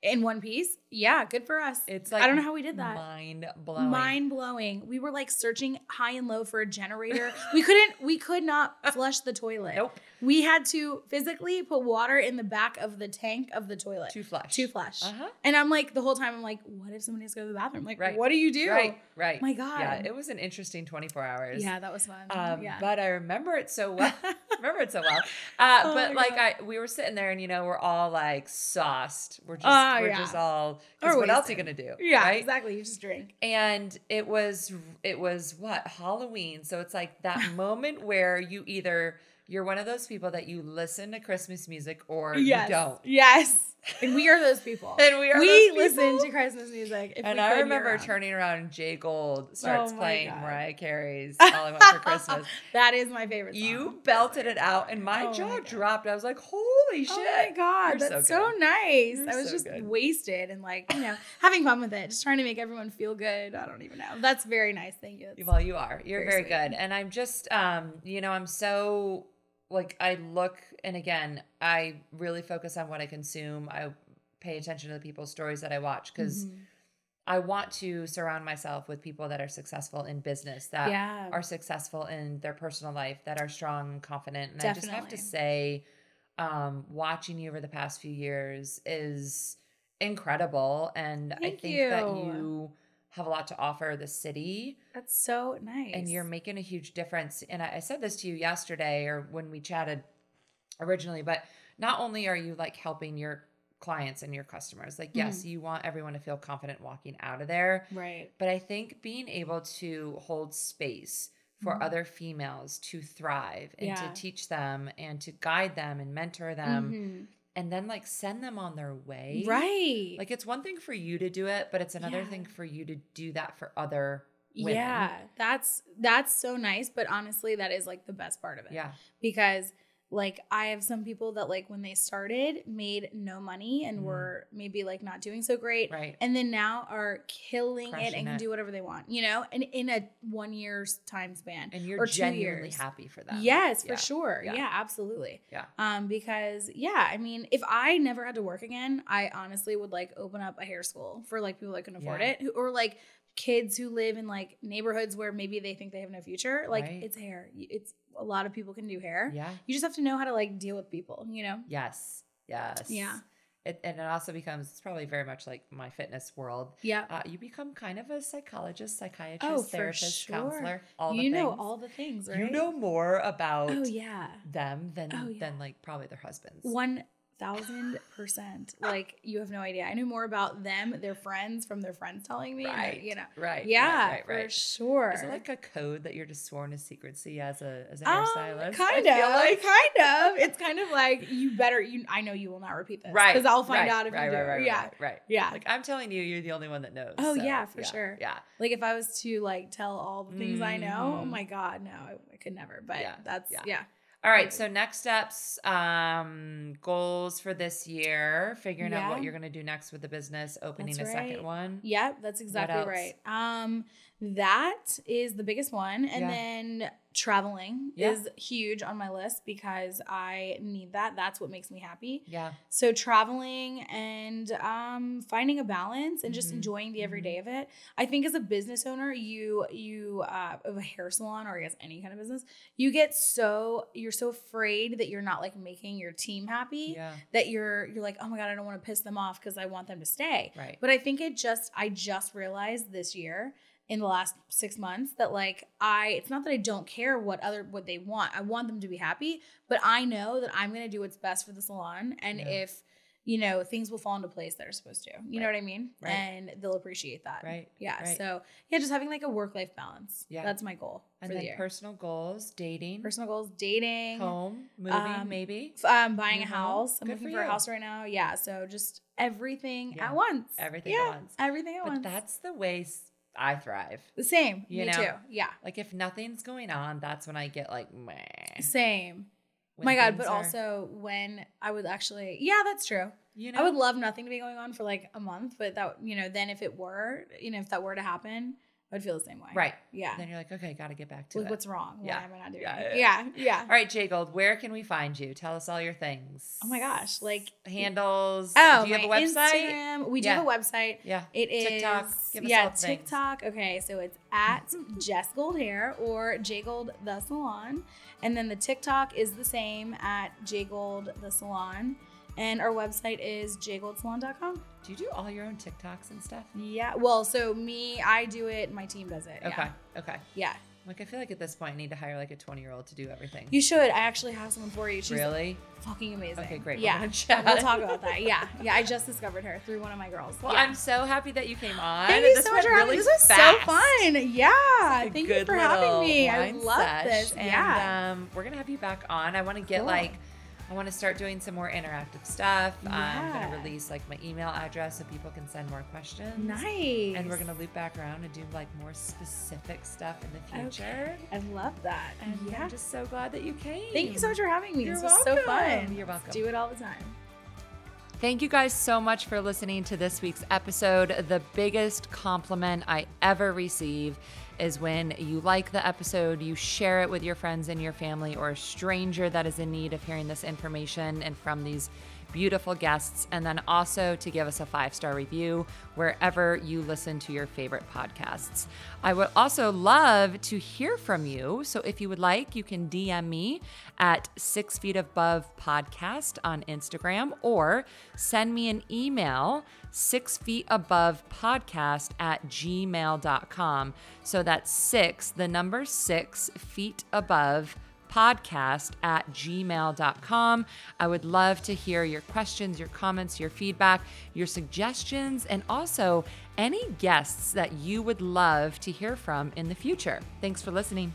Speaker 2: in one piece. Yeah, good for us.
Speaker 1: it's like
Speaker 2: I don't know how we did that.
Speaker 1: Mind blowing.
Speaker 2: Mind blowing. We were like searching high and low for a generator. we couldn't. We could not flush the toilet.
Speaker 1: Nope.
Speaker 2: We had to physically put water in the back of the tank of the toilet
Speaker 1: Too flush.
Speaker 2: to flush.
Speaker 1: Uh huh.
Speaker 2: And I'm like the whole time I'm like, what if somebody has to go to the bathroom? Like,
Speaker 1: Right.
Speaker 2: what do you do?
Speaker 1: Right. Right.
Speaker 2: My God.
Speaker 1: Yeah. It was an interesting 24 hours.
Speaker 2: Yeah, that was fun.
Speaker 1: Um,
Speaker 2: yeah.
Speaker 1: But I remember it so well. remember it so well. Uh,
Speaker 2: Oh
Speaker 1: but
Speaker 2: my
Speaker 1: like,
Speaker 2: God.
Speaker 1: I we were sitting there, and you know, we're all like sauced. We're just
Speaker 2: Oh,
Speaker 1: we're
Speaker 2: yeah.
Speaker 1: just all.
Speaker 2: Or
Speaker 1: Because what else are you
Speaker 2: wasted.
Speaker 1: gonna do?
Speaker 2: yeah,
Speaker 1: Right?
Speaker 2: exactly. You just drink.
Speaker 1: and it was it was what halloween so it's like that moment where you either you're one of those people that you listen to christmas music or
Speaker 2: yes.
Speaker 1: you don't
Speaker 2: Yes. And we are those people.
Speaker 1: and we are
Speaker 2: we
Speaker 1: those
Speaker 2: listen
Speaker 1: people.
Speaker 2: to Christmas music. If
Speaker 1: and
Speaker 2: we could
Speaker 1: I
Speaker 2: year
Speaker 1: remember
Speaker 2: round.
Speaker 1: turning around and Jay Gold starts
Speaker 2: my
Speaker 1: playing
Speaker 2: God.
Speaker 1: Mariah Carey's All I Want for Christmas.
Speaker 2: That is my favorite. Song.
Speaker 1: You belted it out and my
Speaker 2: Oh my
Speaker 1: jaw
Speaker 2: God.
Speaker 1: dropped. I was like, holy shit.
Speaker 2: Oh my god,
Speaker 1: You're so
Speaker 2: that's so,
Speaker 1: good.
Speaker 2: nice.
Speaker 1: You're
Speaker 2: I was
Speaker 1: so
Speaker 2: just
Speaker 1: good.
Speaker 2: wasted and like you know having fun with it, just trying to make everyone feel good. I don't even know. That's very nice. Thank you. That's-
Speaker 1: Well, you are. You're very,
Speaker 2: Very sweet.
Speaker 1: good. And I'm just, um, you know, I'm so like I look, and again, I really focus on what I consume. I pay attention to the people's stories that I watch because
Speaker 2: Mhm.
Speaker 1: I want to surround myself with people that are successful in business, that
Speaker 2: yeah,
Speaker 1: are successful in their personal life, that are strong and confident. And I just have to
Speaker 2: Definitely.
Speaker 1: say, um, watching you over the past few years is incredible, and I
Speaker 2: Thank
Speaker 1: think that
Speaker 2: you.
Speaker 1: you have a lot to offer the city
Speaker 2: that's so nice.
Speaker 1: and you're making a huge difference. And I, I said this to you yesterday or when we chatted originally, but not only are you like helping your clients and your customers. Like,
Speaker 2: Mm-hmm.
Speaker 1: yes, you want everyone to feel confident walking out of there,
Speaker 2: Right.
Speaker 1: but I think being able to hold space for
Speaker 2: Mhm.
Speaker 1: other females to thrive and
Speaker 2: Yeah. Mm-hmm.
Speaker 1: to teach them and to guide them and mentor them and then like send them on their way.
Speaker 2: Right.
Speaker 1: Like it's one thing for you to do it, but it's another
Speaker 2: Yeah.
Speaker 1: thing for you to do that for other women.
Speaker 2: Yeah, that's that's so nice, but honestly, that is like the best part of it.
Speaker 1: Yeah.
Speaker 2: Because like I have some people that like when they started made no money and
Speaker 1: Mhm.
Speaker 2: were maybe like not doing so great.
Speaker 1: Right.
Speaker 2: And then now are killing it
Speaker 1: Crushing
Speaker 2: and can
Speaker 1: it.
Speaker 2: do whatever they want, you know, and in a one year's time span.
Speaker 1: And
Speaker 2: or
Speaker 1: you're
Speaker 2: two
Speaker 1: genuinely
Speaker 2: years.
Speaker 1: happy for them.
Speaker 2: Yes, for
Speaker 1: Yeah.
Speaker 2: sure.
Speaker 1: Yeah.
Speaker 2: Yeah. absolutely.
Speaker 1: Yeah.
Speaker 2: Um, because yeah, I mean, if I never had to work again, I honestly would like open up a hair school for like people that can afford
Speaker 1: Yeah.
Speaker 2: it, who, or like kids who live in like neighborhoods where maybe they think they have no future. Like
Speaker 1: Right.
Speaker 2: it's hair. You- It's a lot of people can do hair.
Speaker 1: Yeah.
Speaker 2: You just have to know how to like deal with people. You know.
Speaker 1: Yes. Yes.
Speaker 2: Yeah.
Speaker 1: It, and it also becomes, it's probably very much like my fitness world.
Speaker 2: Yeah.
Speaker 1: Uh, you become kind of a psychologist, psychiatrist,
Speaker 2: Oh, for
Speaker 1: therapist,
Speaker 2: sure.
Speaker 1: counselor, all
Speaker 2: you
Speaker 1: the
Speaker 2: know
Speaker 1: things.
Speaker 2: all the things, right?
Speaker 1: You know more about
Speaker 2: Oh yeah.
Speaker 1: them than
Speaker 2: Oh, yeah.
Speaker 1: than like probably their husbands.
Speaker 2: One thousand percent. Like you have no idea. I knew more about them, their friends, from their friends telling me. and their-
Speaker 1: Right.
Speaker 2: You know.
Speaker 1: Right.
Speaker 2: Yeah,
Speaker 1: Right. Right.
Speaker 2: for
Speaker 1: right.
Speaker 2: sure.
Speaker 1: Is it like a code that you're just sworn to secrecy as a as a
Speaker 2: Um,
Speaker 1: hairstylist? I
Speaker 2: kind
Speaker 1: feel
Speaker 2: of,
Speaker 1: like-
Speaker 2: kind of. It's kind of like you better. You, I know you will not repeat this,
Speaker 1: right.
Speaker 2: Because I'll find
Speaker 1: right,
Speaker 2: out if
Speaker 1: right,
Speaker 2: you do.
Speaker 1: Right, right,
Speaker 2: yeah,
Speaker 1: right, right.
Speaker 2: yeah. Like,
Speaker 1: Like I'm telling you, you're the only one that knows.
Speaker 2: Oh,
Speaker 1: so,
Speaker 2: yeah, for sure.
Speaker 1: Yeah.
Speaker 2: if I was to like tell all the things I know, oh
Speaker 1: Mhm.
Speaker 2: my god, no, I, I could never. But
Speaker 1: Yeah,
Speaker 2: that's
Speaker 1: yeah.
Speaker 2: yeah.
Speaker 1: All right. So
Speaker 2: Totally.
Speaker 1: next steps, um, goals for this year, figuring out what
Speaker 2: Yeah.
Speaker 1: you're gonna do next with the business, opening
Speaker 2: That's
Speaker 1: a
Speaker 2: right.
Speaker 1: second one.
Speaker 2: Yep, that's exactly
Speaker 1: else?
Speaker 2: right. Um, that is the biggest one, and
Speaker 1: Yeah.
Speaker 2: then traveling
Speaker 1: Yeah.
Speaker 2: is huge on my list because I need that. That's what makes me happy.
Speaker 1: Yeah.
Speaker 2: So traveling and um, finding a balance and just
Speaker 1: Mhm.
Speaker 2: enjoying the
Speaker 1: Mhm.
Speaker 2: everyday of it. I think as a business owner, you you uh, of a hair salon or I guess any kind of business, you get so you're so afraid that you're not like making your team happy
Speaker 1: Yeah.
Speaker 2: that you're you're like oh my god I don't want to piss them off because I want them to stay.
Speaker 1: Right.
Speaker 2: But I think it just I just realized this year in the last 6 months that like I it's not that I don't care what other what they want. I want them to be happy, but I know that I'm going to do what's best for the salon and
Speaker 1: Yeah.
Speaker 2: if you know things will fall into place that are supposed to. You know
Speaker 1: Right.
Speaker 2: what I mean?
Speaker 1: Right.
Speaker 2: And they'll appreciate that.
Speaker 1: Right,
Speaker 2: Yeah.
Speaker 1: right.
Speaker 2: So, yeah, just having like a work-life balance.
Speaker 1: Yeah.
Speaker 2: Yeah. That's my goal
Speaker 1: and
Speaker 2: for the
Speaker 1: then
Speaker 2: year.
Speaker 1: personal goals, dating,
Speaker 2: Personal goals, dating,
Speaker 1: home, moving,
Speaker 2: um,
Speaker 1: maybe.
Speaker 2: f- um, buying
Speaker 1: New
Speaker 2: a
Speaker 1: home?
Speaker 2: house. I'm
Speaker 1: Good
Speaker 2: looking
Speaker 1: for
Speaker 2: for, a
Speaker 1: you.
Speaker 2: house right now. Yeah. So just everything
Speaker 1: Yeah.
Speaker 2: at once.
Speaker 1: Everything
Speaker 2: yeah,
Speaker 1: at once.
Speaker 2: Everything at
Speaker 1: But
Speaker 2: once.
Speaker 1: that's the way s- I thrive.
Speaker 2: the same.
Speaker 1: you
Speaker 2: Me
Speaker 1: know?
Speaker 2: too. Yeah.
Speaker 1: Like if nothing's going on, that's when I get like meh.
Speaker 2: Same.
Speaker 1: When
Speaker 2: oh My God.
Speaker 1: things
Speaker 2: But
Speaker 1: are-
Speaker 2: also when I would actually, yeah, that's true.
Speaker 1: you
Speaker 2: I would love nothing to be going on for like a month, but that, you know, then if it were, you know, if that were to happen, I would feel the same way.
Speaker 1: right.
Speaker 2: Yeah.
Speaker 1: Then you're like, okay, got to get back to
Speaker 2: Like,
Speaker 1: it.
Speaker 2: what's wrong?
Speaker 1: Yeah.
Speaker 2: Why am I not doing
Speaker 1: Yeah,
Speaker 2: it?
Speaker 1: yeah,
Speaker 2: Yeah. Yeah.
Speaker 1: all right, Jay Gold, where can we find you? Tell us all your things.
Speaker 2: Oh my gosh. Like,
Speaker 1: handles.
Speaker 2: oh,
Speaker 1: do you have a
Speaker 2: my
Speaker 1: website?
Speaker 2: Instagram. We do have a website.
Speaker 1: Yeah.
Speaker 2: It is
Speaker 1: TikTok. Give us
Speaker 2: yeah,
Speaker 1: all the things.
Speaker 2: TikTok. Okay, so it's at Jess Gold Hair or J Gold the Salon, and then the TikTok is the same at J Gold the Salon, and our website is jgoldsalon.com.
Speaker 1: Do you do all your own TikToks and stuff?
Speaker 2: Yeah, well, so me, I do it. My team does it.
Speaker 1: Okay.
Speaker 2: Yeah.
Speaker 1: Okay.
Speaker 2: yeah.
Speaker 1: Like I feel like at this point I need to hire like a 20 year old to do everything.
Speaker 2: You should. I actually have someone for you. She's
Speaker 1: really?
Speaker 2: fucking amazing.
Speaker 1: Okay, great. We're
Speaker 2: Yeah,
Speaker 1: gonna chat.
Speaker 2: we'll talk about that. Yeah, yeah. I just discovered her through one of my girls.
Speaker 1: Well,
Speaker 2: yeah.
Speaker 1: I'm so happy that you came on.
Speaker 2: Thank you
Speaker 1: This
Speaker 2: so much
Speaker 1: went
Speaker 2: for having
Speaker 1: really
Speaker 2: me. This was
Speaker 1: fast.
Speaker 2: so fun. Yeah.
Speaker 1: a
Speaker 2: Thank you
Speaker 1: good
Speaker 2: for having
Speaker 1: little
Speaker 2: me. I
Speaker 1: wine
Speaker 2: love
Speaker 1: sesh,
Speaker 2: this.
Speaker 1: And
Speaker 2: yeah.
Speaker 1: um, we're gonna have you back on. I want to get
Speaker 2: Cool.
Speaker 1: like, I want to start doing some more interactive stuff. Um, I'm
Speaker 2: Yeah.
Speaker 1: gonna release like my email address so people can send more questions.
Speaker 2: nice.
Speaker 1: um, And we're gonna loop back around and do like more specific stuff in the future.
Speaker 2: I love that.
Speaker 1: And
Speaker 2: yeah.
Speaker 1: I'm just so glad that you came.
Speaker 2: Thank you so much for having me.
Speaker 1: You're
Speaker 2: this was so
Speaker 1: welcome.
Speaker 2: fun.
Speaker 1: You're welcome.
Speaker 2: Do it all the time.
Speaker 1: Thank you guys so much for listening to this week's episode. The biggest compliment I ever receive is when you like the episode, you share it with your friends and your family or a stranger that is in need of hearing this information and from these beautiful guests, and then also to give us a five star review wherever you listen to your favorite podcasts. I would also love to hear from you. So if you would like, you can DM me at Six Feet Above Podcast on Instagram or send me an email, six feet above podcast at gmail.com. So that's six, the number six feet above podcast at gmail.com. I would love to hear your questions, your comments, your feedback, your suggestions, and also any guests that you would love to hear from in the future. Thanks for listening.